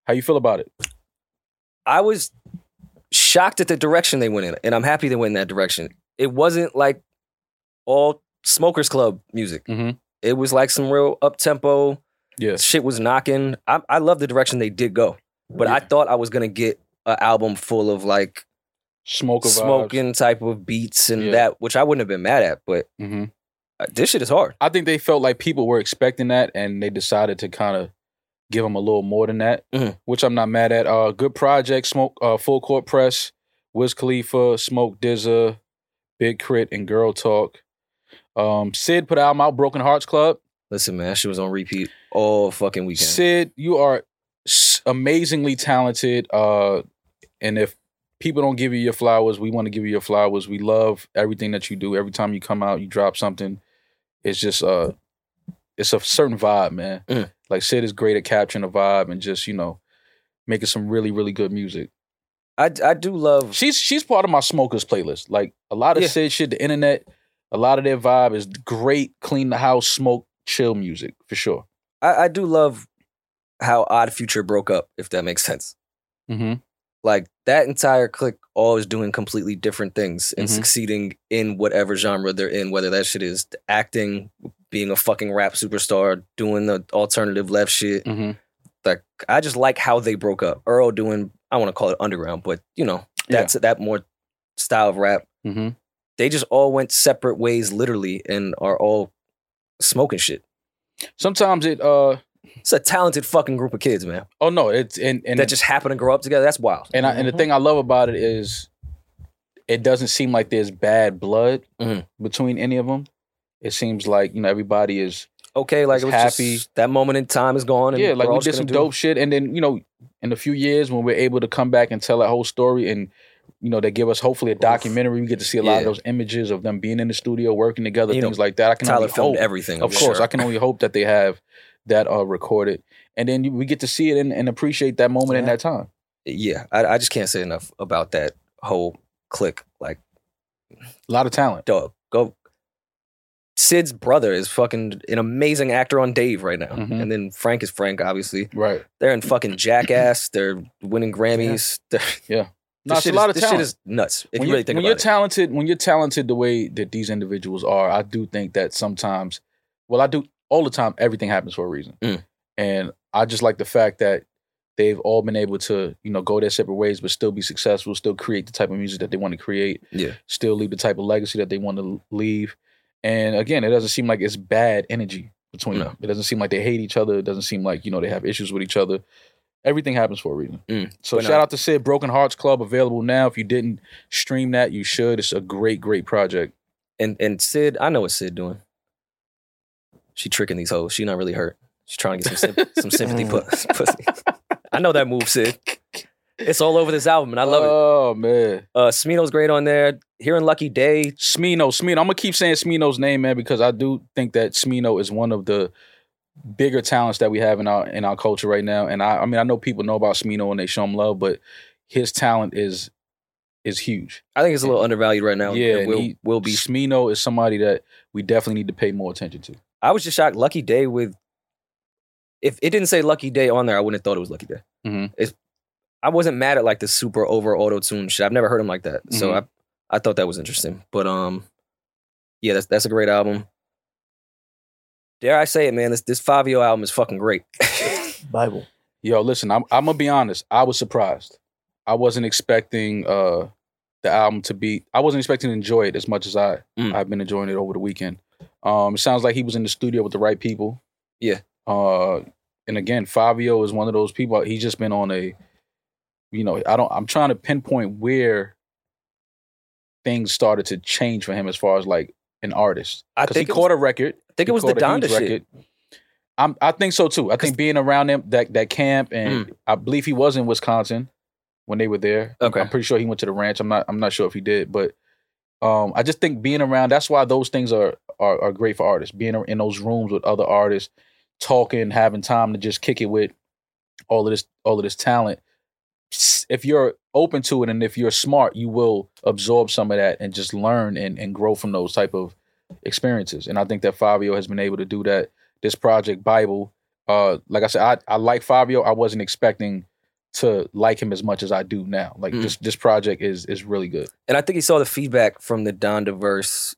How you feel about it? I was shocked at the direction they went in, and I'm happy they went in that direction. It wasn't like all smokers club music. Mhm. It was like some real up tempo Yes. shit was knocking. I, I love the direction they did go, but I thought I was gonna get an album full of like Smoker vibes. smoking type of beats and Yeah. that, which I wouldn't have been mad at. But hmm uh, this shit is hard. I think they felt like people were expecting that, and they decided to kind of give them a little more than that, Mhm. which I'm not mad at. Uh, good project, smoke, uh, full court press, Wiz Khalifa, Smoke Dizza, Big Crit, and Girl Talk. Um, Sid put out my Broken Hearts Club. Listen, man, that shit was on repeat all fucking weekend. Sid, you are s- amazingly talented. Uh, and if people don't give you your flowers, we want to give you your flowers. We love everything that you do. Every time you come out, you drop something. It's just uh, it's a certain vibe, man. Mm. Like Sid is great at capturing a vibe and just you know making some really really good music. I, I do love She's she's part of my smokers playlist. Like a lot of Yeah. Sid shit, the internet, a lot of their vibe is great. Clean the house, smoke, chill music for sure. I, I do love how Odd Future broke up, if that makes sense. Mm-hmm. Like that entire clique all is doing completely different things and Mhm. succeeding in whatever genre they're in, whether that shit is acting, being a fucking rap superstar, doing the alternative left shit. Mm-hmm. Like I just like how they broke up. Earl doing I want to call it underground, but you know, that's that more style of rap. Mm-hmm. They just all went separate ways literally and are all smoking shit. Sometimes it uh It's a talented fucking group of kids, man. oh no, it's and and that just happen to grow up together. That's wild. and I, and the thing I love about it is it doesn't seem like there's bad blood Mhm. between any of them. It seems like, you know, everybody is okay, like Just it was happy. just that moment in time is gone. And yeah, like we're all we just gonna did some do- dope shit, and then you know, in a few years when we're able to come back and tell that whole story, and you know, they give us hopefully a documentary. We get to see a lot of Yeah. those images of them being in the studio, working together, You know, things like that. I can Tyler only filmed hope, everything. of I'm course, sure. I can only hope that they have that uh, recorded, and then you- we get to see it and, and appreciate that moment in Yeah. that time. yeah, I, I just can't say enough about that whole click. Like, A lot of talent. dog, go. Sid's brother is fucking an amazing actor on Dave right now, Mhm. and then Frank is Frank. Obviously, Right. they're in fucking Jackass. They're winning Grammys. They're- No, this it's shit a lot is- of this talent. shit is nuts. If when you really think when about you're it, talented, when you're talented the way that these individuals are, I do think that sometimes, well, I do all the time. Everything happens for a reason, Mm. and I just like the fact that they've all been able to, you know, go their separate ways, but still be successful, still create the type of music that they want to create, Yeah. still leave the type of legacy that they want to leave. And again, it doesn't seem like it's bad energy between No. them. It doesn't seem like they hate each other. It doesn't seem like you know they have issues with each other. Everything happens for a reason. Mm. So But shout no. out to Sid Broken Hearts Club available now. If you didn't stream that, you should. It's a great, great project. and and Sid, I know what Sid doing. She tricking these hoes. She not really hurt. She's trying to get some symp- some sympathy pu- pussy. I know that move, Sid. It's all over this album, and I love it. oh, man, Uh, Smino's great on there. Hearing Lucky Day, Smino, Smino. I'm gonna keep saying Smino's name, man, because I do think that Smino is one of the bigger talents that we have in our in our culture right now. And I, I mean, I know people know about Smino and they show him love, but his talent is is huge. I think it's a little undervalued right now. Yeah, and will and he- will be. Smino is somebody that we definitely need to pay more attention to. I was just shocked. Lucky Day with. If it didn't say Lucky Day on there, I wouldn't have thought it was Lucky Day. Mhm. It's, I wasn't mad at like the super over auto tune shit. I've never heard him like that, so Mm-hmm. I I thought that was interesting. But um, yeah, that's that's a great album. Dare I say it, man? This this Fabio album is fucking great. Bible. Yo, listen, I'm I'm gonna be honest. I was surprised. I wasn't expecting uh the album to be. I wasn't expecting to enjoy it as much as I Mm. I've been enjoying it over the weekend. Um, it sounds like he was in the studio with the right people. Yeah. Uh, and again, Fabio is one of those people. He's just been on a, you know, I don't. I'm trying to pinpoint where things started to change for him as far as like an artist. I 'Cause think he it caught a record. I think it was the Donda shit. I'm, I think so too. I 'Cause- Hmm. think being around them that that camp, and I believe he was in Wisconsin when they were there. I'm- Okay. I'm pretty sure he went to the ranch. I'm not. I'm not sure if he did, but um, I just think being around. That's why those things are are, are great for artists. Being in those rooms with other artists, talking, having time to just kick it with all of this all of this talent. S- If you're open to it and if you're smart, you will absorb some of that and just learn and, and grow from those type of experiences. And I think that Fabio has been able to do that. This project Bible, uh, like I said, I, I like Fabio. I wasn't expecting to like him as much as I do now. Like Mm. this this project is is really good. And I think he saw the feedback from the Donda verse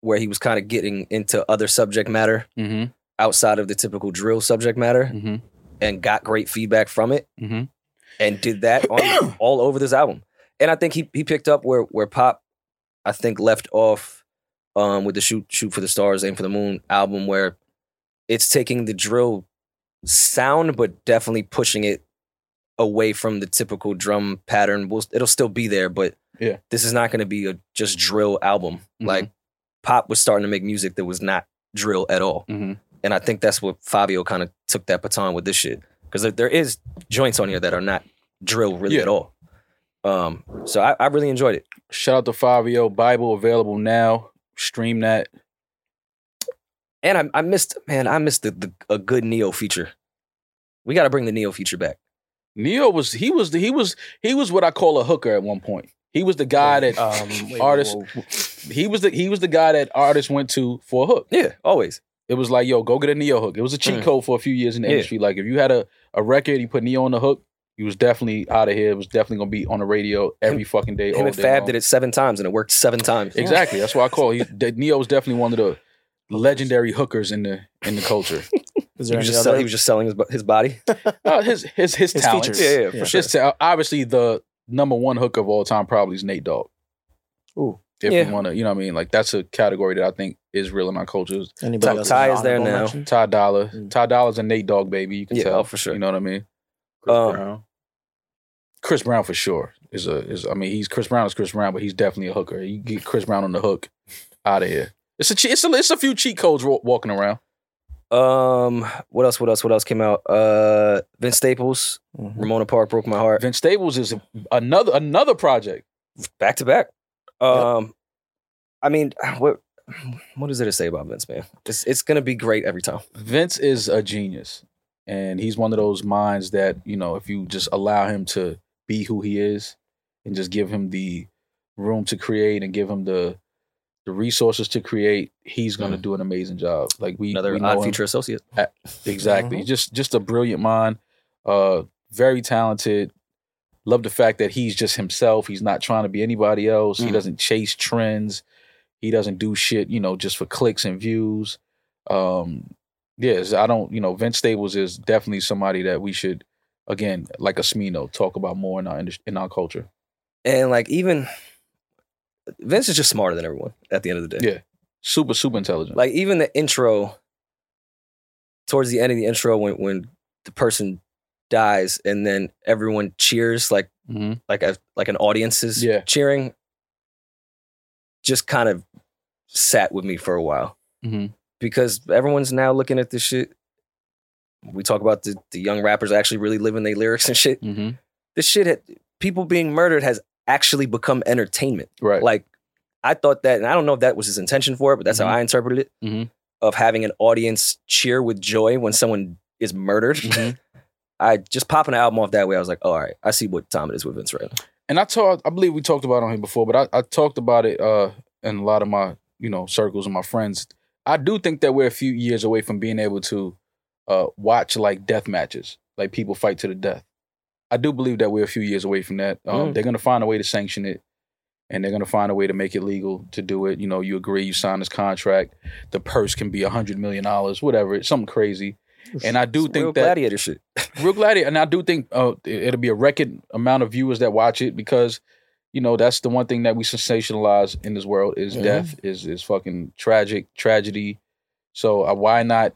where he was kind of getting into other subject matter Mm-hmm. outside of the typical drill subject matter Mm-hmm. and got great feedback from it Mm-hmm. and did that on, all over this album. And I think he he picked up where where Pop I think left off um with the shoot shoot for the stars aim for the moon album where it's taking the drill sound but definitely pushing it away from the typical drum pattern. We'll, it'll still be there but Yeah. this is not going to be a just drill album. Mhm. Like Pop was starting to make music that was not drill at all. Mm-hmm. And I think that's what Fabio kind of took that baton with this shit. Because there, there is joints on here that are not drill really Yeah. at all. Um, so I, I really enjoyed it. Shout out to Fabio. Bible available now. Stream that. And I, I missed, man, I missed the, the, a good Neo feature. We got to bring the Neo feature back. Neo was he was he was he was what I call a hooker at one point. He was the guy that Um, artists- whoa, whoa. he was the he was the guy that artists went to for a hook. Yeah, always. It was like, yo, go get a Neo hook. It was a cheat Mm. code for a few years in the Yeah. industry. Like if you had a, a record, you put Neo on the hook, you was definitely out of here. It was definitely gonna be on the radio every fucking day. Him all and day Fab long. did it seven times and it worked seven times. Exactly. That's why I call he that Neo was definitely one of the legendary hookers in the in the culture. Is He there was, any just sell, other? he was just selling his, bo- his body. Uh, his his his, His talents. features. Yeah, yeah, for Yeah. sure. Just to, obviously the number one hook of all time probably is Nate Dogg. Ooh. If Yeah. you want to, you know what I mean? Like that's a category that I think is real in our culture. Is Anybody Ty- else? Ty with is there honorable now. mention? Ty Dolla. Mm. Ty Dolla's a Nate Dogg baby. You can Yeah, tell. oh, for sure. You know what I mean? Chris Um, Brown. Chris Brown for sure is a is I mean he's Chris Brown is Chris Brown, but he's definitely a hooker. You get Chris Brown on the hook out of here. It's a che- it's a it's a few cheat codes wa- walking around. Um, what else? What else? What else came out? Uh, Vince Staples, Mm-hmm. Ramona Park broke my heart. Vince Staples is another another project, back to back. Um, I mean, what what is there to say about Vince, man? It's it's gonna be great every time. Vince is a genius, and he's one of those minds that you know if you just allow him to be who he is, and just give him the room to create and give him the the resources to create, he's going to do an amazing job. Like we Mm. Another we know odd him. future associate. Uh, Mm-hmm. Exactly. Just just a brilliant mind. Uh very talented. Love the fact that he's just himself. He's not trying to be anybody else. He Mhm. doesn't chase trends. He doesn't do shit, you know, just for clicks and views. Um yes, I don't, you know, Vince Staples is definitely somebody that we should again, like Asmino, talk about more in our indus- in our culture. And like even Vince is just smarter than everyone at the end of the day. Yeah. Super super intelligent. Like even the intro, towards the end of the intro, when when the person dies and then everyone cheers like Mhm. like a like an audience is Yeah. cheering, just kind of sat with me for a while Mhm. because everyone's now looking at this shit. We talk about the, the young rappers actually really living their lyrics and shit. Mhm. This shit, had, people being murdered has actually become entertainment. Right. Like, I thought that, and I don't know if that was his intention for it, but that's Mhm. how I interpreted it Mhm. of having an audience cheer with joy when someone is murdered. Mhm. I just popping an album off that way. I was like, all right, I see what time it is with Vince right now. and I talked, I believe we talked about it on here before, but I, I talked about it uh, in a lot of my, you know, circles and my friends. I do think that we're a few years away from being able to uh, watch like death matches, like people fight to the death. I do believe that we're a few years away from that. Um, Mm. They're going to find a way to sanction it, and they're going to find a way to make it legal to do it. You know, you agree, you sign this contract. The purse can be a hundred million dollars, whatever, it's something crazy. And I do It's think real that gladiator shit. Real Gladiator, and I do think uh, it- it'll be a record amount of viewers that watch it because, you know, that's the one thing that we sensationalize in this world is Mhm. death, is is fucking tragic tragedy. So uh, why not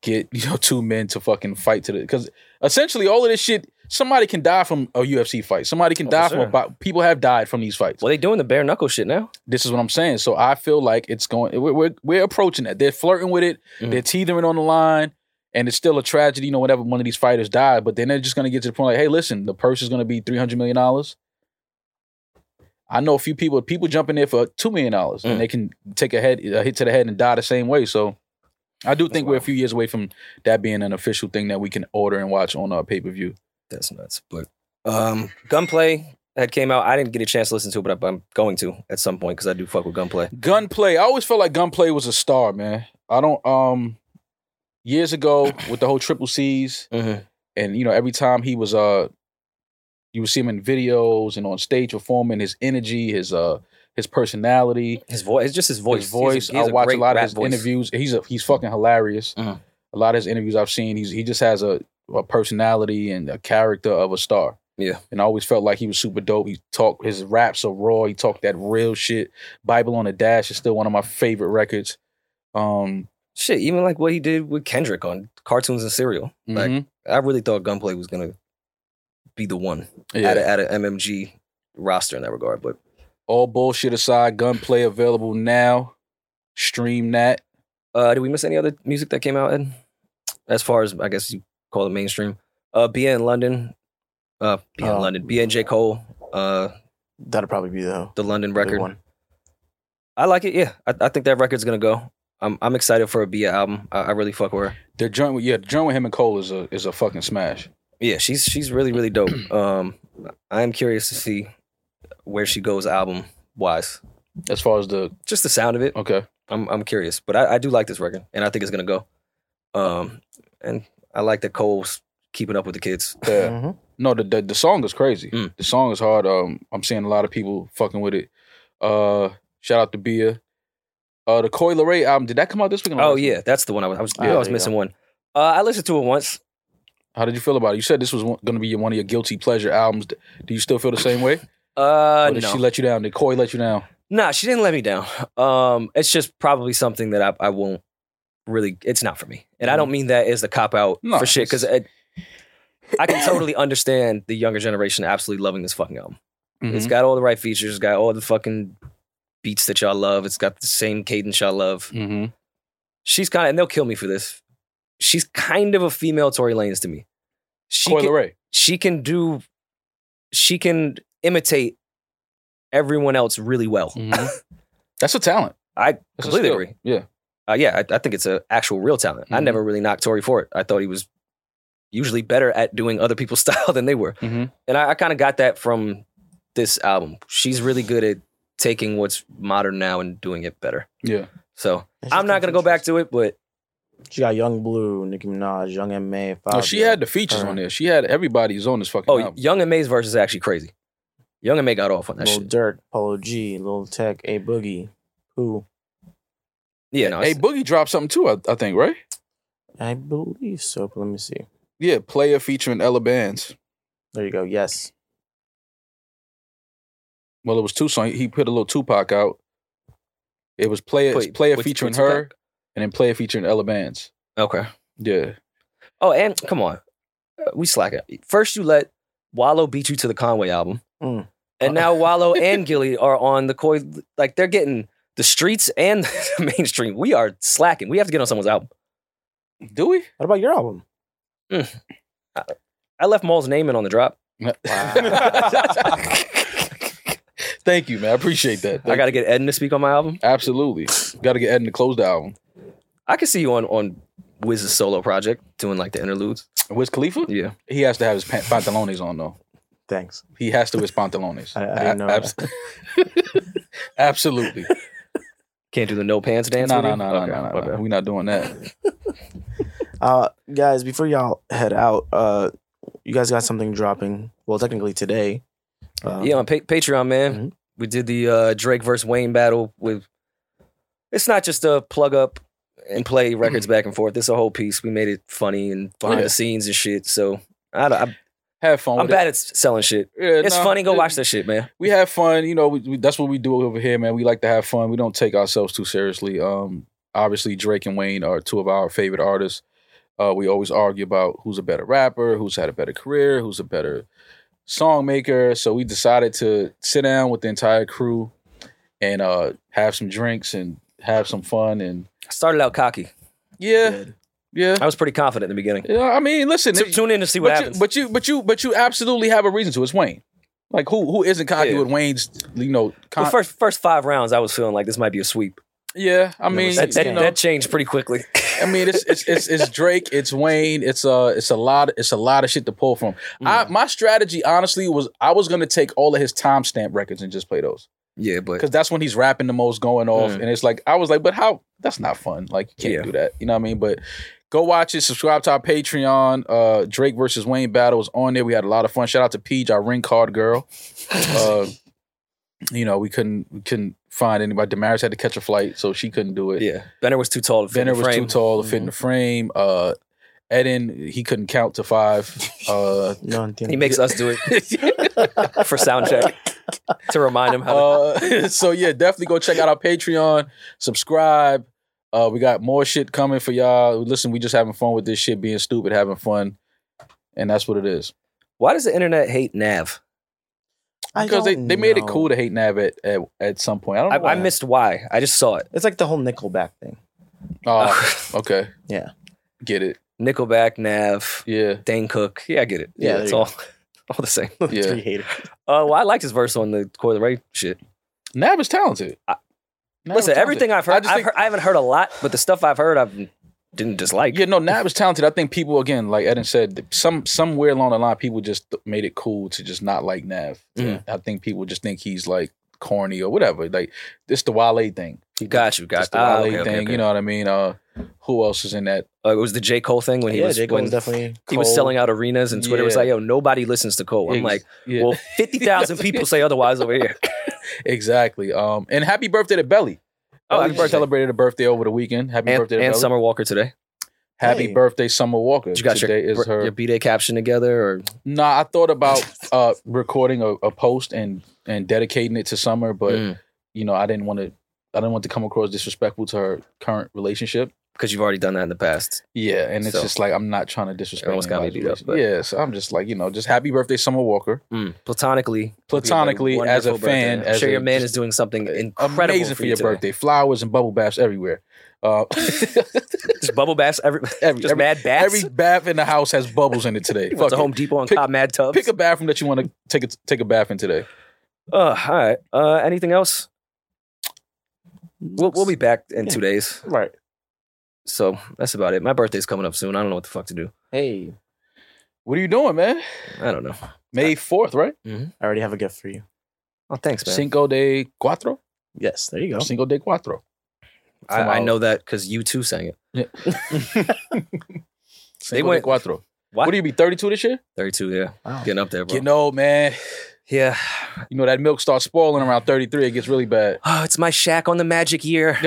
get you know two men to fucking fight to the? Because essentially all of this shit, somebody can die from a UFC fight. Somebody can Oh, for die from a sure. bo- people have died from these fights. Well, they doing the bare knuckle shit now. This is what I'm saying. So I feel like it's going. We're we're, we're approaching that. They're flirting with it. Mhm. They're teetering on the line, and it's still a tragedy. You know, whenever one of these fighters die, but then they're just going to get to the point like, hey, listen, the purse is going to be three hundred million dollars. I know a few people. People jump in there for two million dollars, Mm. and they can take a head a hit to the head and die the same way. So. I do think we're a few years away from that being an official thing that we can order and watch on our pay per view. That's nuts. But um, Gunplay had came out. I didn't get a chance to listen to it, but I- I'm going to at some point because I do fuck with Gunplay. Gunplay. I always felt like Gunplay was a star, man. I don't um years ago with the whole triple C's Mhm. and you know every time he was uh you would see him in videos and on stage performing his energy, his uh his personality, His voice, it's just his voice. his voice. I watch a lot of his interviews. He's a he's fucking hilarious. Mhm. A lot of his interviews I've seen, he's he just has a, a personality and a character of a star. Yeah. And I always felt like he was super dope. He talked his raps are raw. He talked that real shit. Bible on the Dash is still one of my favorite records. Um Shit, even like what he did with Kendrick on cartoons and cereal. Like mhm. I really thought Gunplay was gonna be the one mm-hmm. yeah. at a, at a MMG roster in that regard. But all bullshit aside, gunplay available now. Stream that. uh, did we miss any other music that came out? Ed? As far as I guess you call it mainstream, uh, Bia in London, uh, Bia in Oh. London, Bia and J Cole, uh, That'll probably be the the London big record. one. I like it. Yeah, I, I think that record's gonna go. I'm I'm excited for a Bia album. I, I really fuck with her. The joint with yeah, the joint with him and Cole is a is a fucking smash. Yeah, she's she's really really dope. Um, I am curious to see where she goes album wise. As far as the Just the sound of it. okay. I'm I'm curious, but I, I do like this record, and I think it's gonna go. Um, and I like that Cole's keeping up with the kids. Yeah. Mhm. No, the, the the song is crazy. Mm. The song is hard. Um, I'm seeing a lot of people fucking with it. Uh, shout out to Bia. Uh, the Coy Ray album did that come out this weekend? or Oh last yeah, week? that's the one I was. I was, I Yeah, knew I was there you missing one. Uh, I listened to it once. How did you feel about it? You said this was going to be one of your guilty pleasure albums. D- Do you still feel the same way? Uh, or Oh, did no. she let you down? Did Coy let you down? Nah, she didn't let me down. Um, it's just probably something that I, I won't really. It's not for me, and I don't mean that as the cop out No, for shit because it's- I can totally understand the younger generation absolutely loving this fucking album. It's Mhm. got all the right features. It's got all the fucking beats that y'all love. It's got the same cadence y'all love. Mhm. She's kind of, and they'll kill me for this, she's kind of a female Tory Lanez to me. She Coi can, Leray. she can do she can imitate everyone else really well. Mm. Mm-hmm. That's a talent. I a completely skill. agree. Yeah. Uh, yeah, I, I think it's an actual real talent. I Mhm. never really knocked Tory for it. I thought he was usually better at doing other people's style than they were. Mhm. And I, I kind of got that from this album. She's really good at taking what's modern now and doing it better. Yeah. So That's I'm just not going to go back to it, but She got Young Blue, Nicki Minaj, Young M.A. No, she had the features her. on there. She had everybody's on this fucking oh, album. Young and May's verse is actually crazy. Young and May got off on that Lil shit. Durk, Polo G, Lil Tech, A Boogie, who Yeah, no, Hey, it's- Boogie dropped something too, I, I think, right? I believe so. But let me see. Yeah, player featuring Ella Bands. There you go. Yes, Well, it was two songs. He put a little Tupac out. It was player Wait, player which- featuring which her, Tupac? and then player featuring Ella Bands. okay. Yeah, Oh, and come on, Uh, we slacking. First, you let Wallow beat you to the Conway album, Mm. and now Wallow and Gilly are on the Koi. Like they're getting the streets and the mainstream. We are slacking. We have to get on someone's album. do we? What about your album? I left Maul's name in on the drop. Thank you, man. I appreciate that. I got to get Eden to speak on my album. absolutely got to get Ed to close the album. I could see you on on Wiz's solo project doing like the interludes. Wiz Khalifa, Yeah, he has to have his pa- pantalones on though. Thanks. He has to his pantalones. I- I didn't know absolutely. can't do the no pants dance. No, with no, you? no, no, Okay, no, my no. bad. We're not doing that. Uh, guys, before y'all head out, uh, you guys got something dropping. Well, technically today. Uh, yeah, on pa- Patreon, man. Mhm. We did the uh, Drake versus Wayne battle with. It's not just a plug up and play records back and forth. It's a whole piece. We made it funny and behind Yeah. the scenes and shit. So I don't, I'm, Have fun. I'm with bad at s- selling shit. It. Yeah, It's nah, funny. Go it- watch that shit, man. we have fun. You know, we, we, that's what we do over here, man. We like to have fun. We don't take ourselves too seriously. Um, obviously, Drake and Wayne are two of our favorite artists. Uh, we always argue about who's a better rapper, who's had a better career, who's a better song maker. So we decided to sit down with the entire crew and uh, have some drinks and have some fun. And I started out cocky. yeah, yeah. I was pretty confident in the beginning. Yeah, I mean, listen, So it- tune in to see what but you, happens. but you, but you, but you absolutely have a reason to. It's Wayne. Like who who isn't cocky Yeah. with Wayne's? You know, the con- first first five rounds, I was feeling like this might be a sweep. yeah. I Number mean, That, six, that, you yeah. know, that changed pretty quickly. I mean, it's it's it's, it's Drake, it's Wayne, it's uh, it's a lot, it's a lot of shit to pull from. Mm. I, my strategy, honestly, was I was gonna take all of his timestamp records and just play those yeah, but because that's when he's rapping the most, going off, Mm. and it's like I was like, but how? That's not fun. Like you can't Yeah. do that. You know what I mean? But go watch it. Subscribe to our Patreon. Uh, Drake versus Wayne battle is on there. We had a lot of fun. Shout out to Peach, our ring card girl. Uh, you know, we couldn't we couldn't find anybody. Damaris had to catch a flight, so she couldn't do it. yeah, Benner was too tall to fit in Benner the was frame. Mm-hmm. too tall to fit in the frame. Uh, Eden, he couldn't count to five. Uh, No, I think- He makes us do it for sound check to remind him how to uh, so yeah, definitely go check out our Patreon. Subscribe. Uh, we got more shit coming for y'all. Listen, we just having fun with this shit, being stupid, having fun, and that's what it is. Why does the internet hate Nav? I Because they, don't they made it know. cool to hate Nav at at, at some point. I don't I, know. why. I missed why. I just saw it. It's like the whole Nickelback thing. Oh, okay. Yeah. Get it. Nickelback, Nav, Yeah. Dane Cook. Yeah, I get it. Yeah, Yeah, there it's you all all the same. Uh, Yeah. Three haters. well, I liked his verse on the Coil Ray shit. Nav is talented. I- Nav is Listen, talented. everything I've heard, I I just have think- heard, I haven't heard a lot, but the stuff I've heard, I have didn't dislike. Yeah, no, Nav is talented. I think people again, like Eden said, some somewhere along the line, people just th- made it cool to just not like Nav. Mhm. I think people just think he's like corny or whatever. Like it's the Wale thing. People, Got you, got it's the you. Ah, Wale okay, okay, thing. okay. You know what I mean? Uh, who else is in that? Uh, it was the J Cole thing when he yeah, was J. Cole when was definitely. he was Cole? selling out arenas, and Twitter was Yeah. like, "Yo, nobody listens to Cole." Oh, I'm Ex- like, yeah, "Well, fifty thousand people say otherwise over here." exactly. Um, and happy birthday to Belly. Oh, Oh, happy birthday. celebrated a birthday over the weekend. Happy And, birthday to and Belly. Summer Walker today. Happy Hey. birthday, Summer Walker. Did you got Today your is her your B day caption together, or Nah, I thought about uh recording a, a post and and dedicating it to Summer, but Mm. you know, I didn't want to I didn't want to come across disrespectful to her current relationship. because you've already done that in the past. Yeah, and it's So- just like I'm not trying to disrespect. Everyone's got me anybody's beat up, race. but- Yeah, so I'm just like you know, just happy birthday, Summer Walker. Platonically, Platonically, Hope you as have a wonderful birthday. fan, I'm as sure a- your man just is doing something incredible Amazing for, your today. birthday, flowers and bubble baths everywhere. Uh, Just bubble baths every, every just every- mad baths. Every bath in the house has bubbles in it today. He went to Fuck it. Home Depot and Pick- cop mad tubs. Pick a bathroom that you want to take a take a bath in today. Uh, all right. Uh, anything else? We'll, we'll be back in two days. Right. So that's about it. My birthday's coming up soon. I don't know what the fuck to do. Hey, What are you doing, man? I don't know. May fourth, right? I already have a gift for you. Oh, thanks, man. Cinco de cuatro. Yes, there you go. Cinco de cuatro. I, I Wow. know that because you too sang it. Cinco de went- cuatro. What? What Oh, do you be thirty two this year? 32, yeah. Getting up there, bro. You know, man. yeah. You know that milk starts spoiling around thirty three. It gets really bad. Oh, it's my shack on the magic year.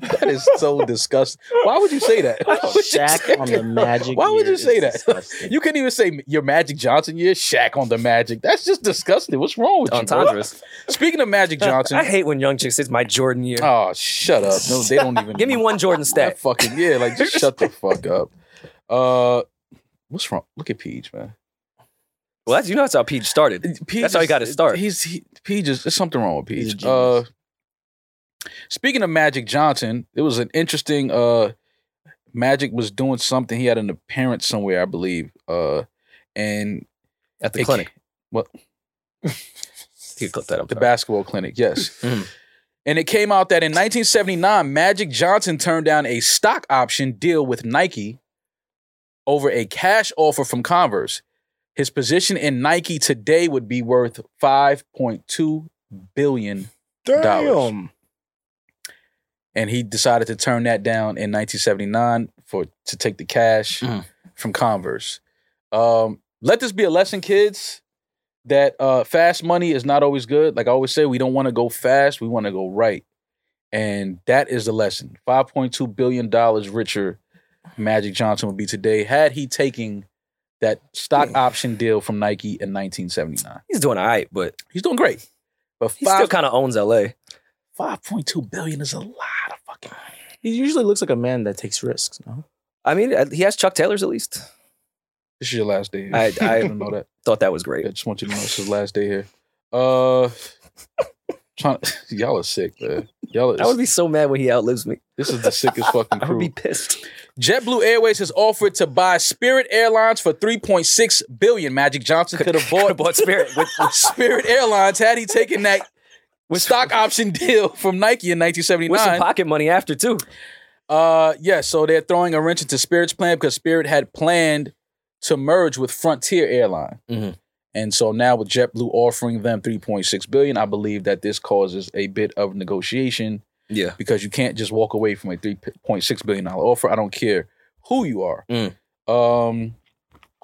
That is so disgusting. Why would you say that? Why would you say Shaq on the that? Magic. Why would year you say is that? disgusting. You couldn't even say your Magic Johnson year, Shaq on the Magic. That's just disgusting. What's wrong with you? bro? Entendres. Speaking of Magic Johnson, I hate when young chicks say it's my Jordan year. oh shut up. No, they don't even Give me one Jordan that stat. fucking yeah. Like just shut the fuck up. Uh, what's wrong? Look at Peach, man. Well, that's, you know that's how Peach started. Peach That's how he is- got his start. He's he, Peach is there's something wrong with He's a Peach. Uh, genius. speaking of Magic Johnson, it was an interesting. Uh, Magic was doing something. He had an appearance somewhere, I believe. Uh, and At the it- clinic. What? You clip that up. the sorry. basketball clinic, yes. Mhm. And it came out that in 1979, Magic Johnson turned down a stock option deal with Nike over a cash offer from Converse. His position in Nike today would be worth 5.2 billion, Dollars. and he decided to turn that down in 1979 for to take the cash Mhm. from Converse. Um, let this be a lesson, kids. That uh, fast money is not always good. Like I always say, we don't want to go fast; we want to go right, and that is the lesson. Five point two billion dollars richer, Magic Johnson would be today had he taken that stock option deal from Nike in 1979. He's doing all right, but He's doing great, but he still five kind of owns LA. five point two billion is a lot of fucking money. He usually looks like a man that takes risks. No? I mean, uh, he has Chuck Taylor's at least. This is your last day. Here. I- I- don't know that. Thought that was great. I just want you to know this is last day here. Uh, trying y'all are sick, man. Y'all I are, would be so mad when he outlives me. this is the sickest fucking I would crew. be pissed. JetBlue Airways has offered to buy Spirit Airlines for 3.6 billion. Magic Johnson could have I bought, bought Spirit with, Spirit Airlines had he taken that with stock option deal from Nike in with some 1979. pocket money after too. Uh, yeah, so they're throwing a wrench into Spirit's plan because Spirit had planned to merge with Frontier Airline, Mhm. and so now with JetBlue offering them three point six billion, I believe that this causes a bit of negotiation Yeah. because you can't just walk away from a three point six billion dollar offer. I don't care who you are. Mm. Um,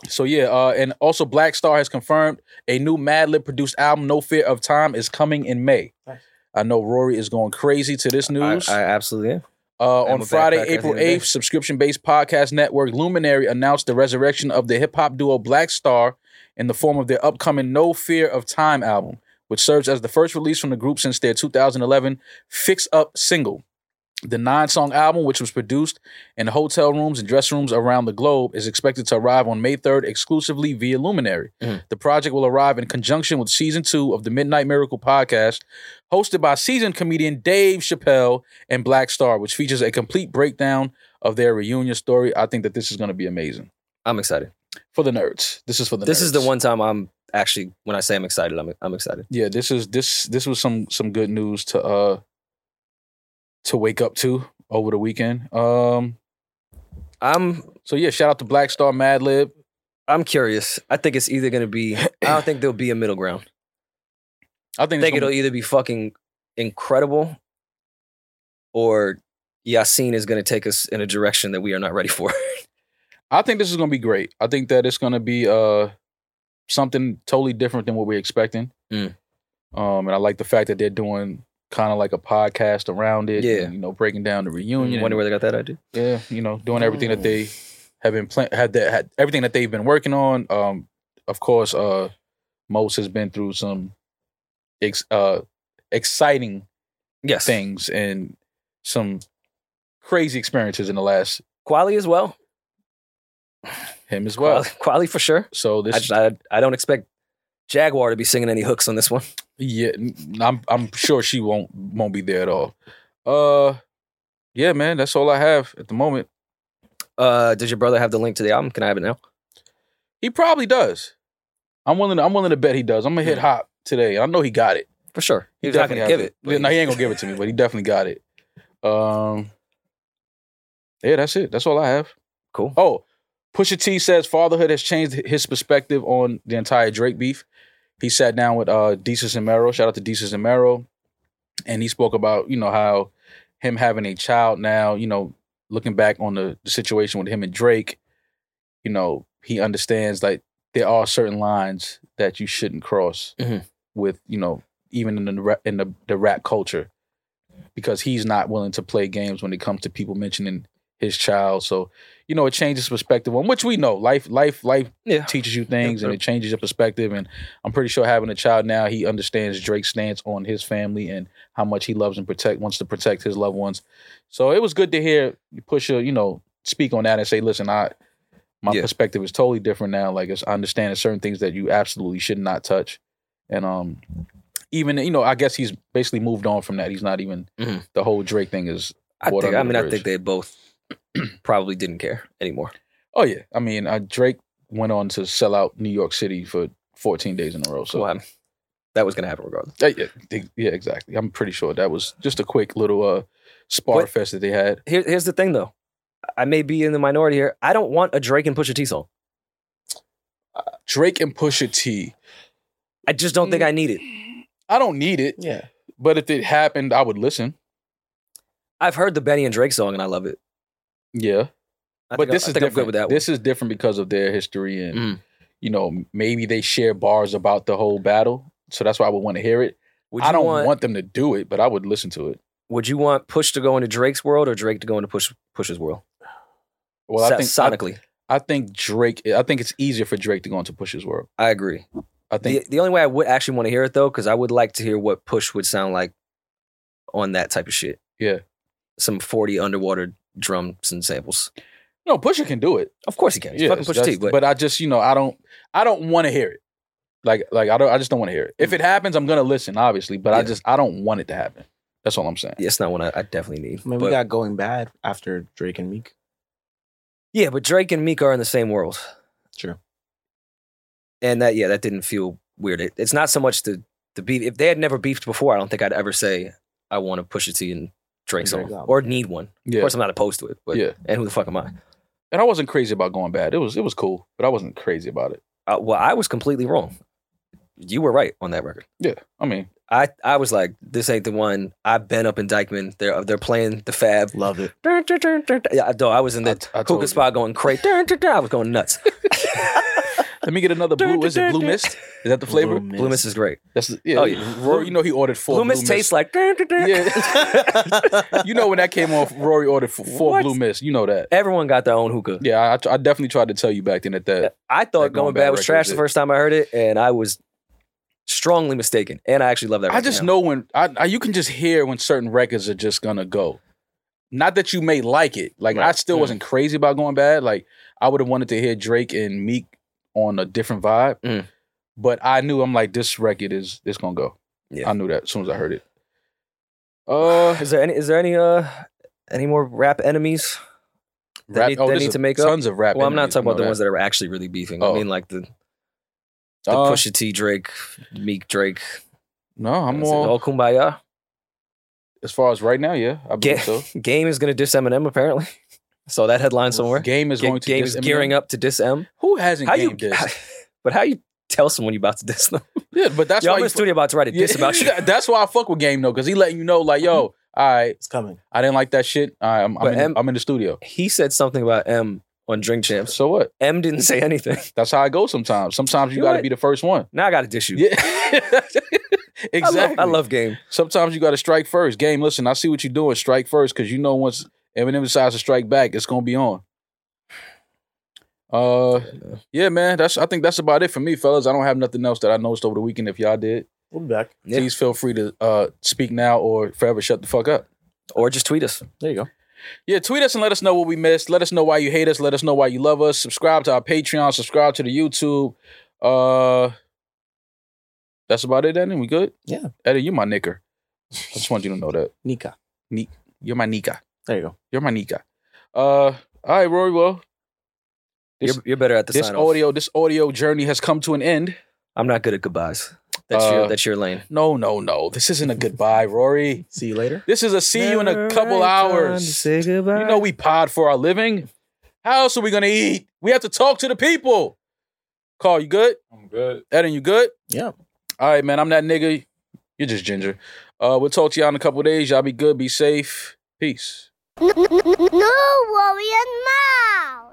so yeah, uh, and also Black Star has confirmed a new Madlib produced album, No Fear of Time, is coming in May. Nice. I know Rory is going crazy to this I, news. I absolutely am. Uh, I'm on a Friday, backpacker at the April end of the day. 8th, subscription based podcast network Luminary announced the resurrection of the hip hop duo Black Star in the form of their upcoming No Fear of Time album, which serves as the first release from the group since their 2011 Fix Up single. The nine song album, which was produced in hotel rooms and dressing rooms around the globe, is expected to arrive on May 3rd exclusively via Luminary. Mhm. The project will arrive in conjunction with season two of the Midnight Miracle podcast, hosted by seasoned comedian Dave Chappelle and Black Star, which features a complete breakdown of their reunion story. I think that this is going to be amazing I'm excited. for the nerds. This is for the This is the nerds. one time I'm actually when I say I'm excited, I'm I'm excited. Yeah, this is this this was some some good news to uh to wake up to over the weekend. Um I'm so yeah, shout out to Black Star Madlib. I'm curious. I think it's either gonna be I don't think there'll be a middle ground. I think, I it's think it'll gonna- either be fucking incredible or Yassine is gonna take us in a direction that we are not ready for. I think this is going to be great. I think that it's going to be uh something totally different than what we're expecting. Mm. Um and I like the fact that they're doing kind of like a podcast around it, Yeah. Mm, and, you know, breaking down the reunion. You and- wonder where they got that idea? Yeah, you know, doing everything that Mm. they have been plan- had that had everything that they've been working on. Um, of course, uh, Mose has been through some ex- uh exciting Yes. things and some crazy experiences in the last Quali as well. him as well. Quali, Quali for sure. So I, this, I, I don't expect Jaguar to be singing any hooks on this one. yeah, n- I'm I'm sure she won't won't be there at all. Uh, yeah, man, that's all I have at the moment. Uh, did your brother have the link to the album? Can I have it now? He probably does. I'm willing. I'm willing to bet he does. I'm gonna Hmm. hit hop today. I know he got it. For sure. He He's not definitely going to has give it. Yeah, no, he ain't gonna give it to me, but he definitely got it. Um, yeah, that's it. That's all I have. Cool. Oh, Pusha T says fatherhood has changed his perspective on the entire Drake beef. He sat down with uh Desus and Mero. Shout out to Desus and Mero, and he spoke about you know how him having a child now. You know, looking back on the, the situation with him and Drake, you know he understands like there are certain lines that you shouldn't cross Mhm. with you know even in the ra- in the, the rap culture because he's not willing to play games when it comes to people mentioning his child so you know it changes perspective on which we know life life life Yeah. teaches you things and it changes your perspective and i'm pretty sure having a child now he understands drake's stance on his family and how much he loves and protect wants to protect his loved ones so it was good to hear pusha you know speak on that and say listen i my Yeah. perspective is totally different now like it's, i understand there's certain things that you absolutely should not touch and um even you know i guess he's basically moved on from that he's not even Mhm. the whole drake thing is I, What think, under I the mean, I bridge? think they both probably didn't care anymore. oh yeah i mean uh, drake went on to sell out new york city for 14 days in a row so So um, that was going to happen regardless. Uh, yeah, th- yeah exactly i'm pretty sure that was just a quick little uh spar What- fest that they had Here, here's the thing, though. I may be in the minority here. I don't want a Drake and Pusha T song. drake and pusha t I just don't Mm. think I need it. i don't need it Yeah. but if it happened i would listen I've heard the Benny and Drake song and I love it. yeah I but think I- this I is think I'm different. good with that this is different because of their history and Mm. you know maybe they share bars about the whole battle. So that's why I would want to hear it. one. Would you I don't want, want, them to do it, but I would listen to it. Would you want Push to go into Drake's world or Drake to go into Push Push's world? Well, I think So- sonically, I, I think Drake. I think it's easier for Drake to go into Push's world. I, agree. The, I think the only way I would actually want to hear it though, because I would like to hear what Push would sound like on that type of shit. Yeah. some forty underwater drums and samples. no Pusha can do it. Of course he can. He's Yes, fucking Pusha T. that's- But, I just you know I don't I don't want to hear it. Like like I don't I just don't want to hear it. If it happens, I'm gonna listen, obviously. But I Mm. Yeah. just I don't want it to happen. That's all I'm saying. yeah, it's not one I, I definitely need. I mean, But- we got going bad after Drake and Meek. Yeah, but Drake and Meek are in the same world. True. And that yeah, that didn't feel weird. It, it's not so much the the beef. If they had never beefed before, I don't think I'd ever say I want to push a T and Drake Drake's song album. or need one. Yeah. Of course, I'm not opposed to it. But Yeah. And who the fuck am I? And I wasn't crazy about going bad. It was it was cool, but I wasn't crazy about it. Uh, well, I was completely wrong. You were right on that record. Yeah. I mean, I, I was like, this ain't the one. I've been up in Dykeman. They're they're playing the Fab. Love it. Dun, dun, dun, dun, dun. Yeah, I- no, I was in I- the I told you. hookah spot going crazy. Dun, dun, dun. I was going nuts. Let me get another blue. Is it blue mist? Is that the flavor? Blue Blue Mist is great. That's yeah. Oh, yeah. yeah. Rory, you know he ordered four. Blue Mist tastes like. Dun, dun, dun. Yeah. you know when that came off, Rory ordered f- four What? blue mist. You know that. Everyone got their own hookah. Yeah, I- I, tr- I definitely tried to tell you back then that that I That thought Going Going, Bad Bad was record trash was the it. first time I heard it, and I was strongly mistaken. And I actually love that. I record just now. know when I, I you can just hear when certain records are just gonna go. Not that you may like it. Like I Right. still wasn't crazy about going bad. Like I would have wanted to hear Drake and Meek on a different vibe. Mm. But I knew I'm like this record is it's gonna go. Yeah. I knew that as soon as I heard it. Uh, Is there any? Is there any? Uh, any more rap enemies? They rap, need- oh, they there's need a- to make up? tons of rap. well, I'm not enemies, talking you about the know ones that are actually really beefing. Oh. I mean, like the that. the Uh, Pusha T Drake, Meek Drake. No, I'm Is it all all kumbaya. as far as right now. Yeah, I believe Ga- so. Game is gonna diss Eminem apparently. Saw that headline somewhere. Game is Ga- going to Game diss is gearing Eminem. up to diss M. Who hasn't How game you? dissed? but how you tell someone you about to diss them? Yeah, but that's Y'all why in you the studio about to write a Yeah, diss about you. That's why I fuck with Game though, because he letting you know like, yo, all right, It's coming. I didn't like that shit. All right, I'm I'm But in, M- I'm in the studio. He said something about M on Drink Champs. So what? M didn't say anything. That's how I go sometimes. Sometimes you You got to what? be the first one. Now I got to diss you. Yeah, exactly. I love, I love game. Sometimes you got to strike first. Game, listen, I see what you're doing. Strike first, because you know once Eminem decides to strike back, it's gonna be on. Uh, yeah, man. That's I think that's about it for me, fellas. I don't have nothing else that I noticed over the weekend. If y'all did, We'll be back. Yeah. please feel free to uh speak now or forever shut the fuck up. Or just tweet us. There you go. Yeah, tweet us and let us know what we missed. Let us know why you hate us. Let us know why you love us. Subscribe to our Patreon. Subscribe to the YouTube. Uh, that's about it. Then we good. Yeah, Eddie, you're my nicker. I just want you to know that. Nika. Ni- you're my Nika. There you go. You're my Nika. Uh, all right, Rory. Well, You're, you're better at the this sign off. audio, this audio journey has come to an end. I'm not good at goodbyes. That's Uh, your that's your lane. No, no, no. This isn't a goodbye, Rory. See you later. This is a see you in a couple hours. Say goodbye. You know we pod for our living. How else are we gonna eat? We have to talk to the people. Carl, you good? I'm good. Eden, you good? Yeah. All right, man. I'm that nigga. You're just ginger. Uh, we'll talk to y'all in a couple days. Y'all be good. Be safe. Peace. No, Warrior, now!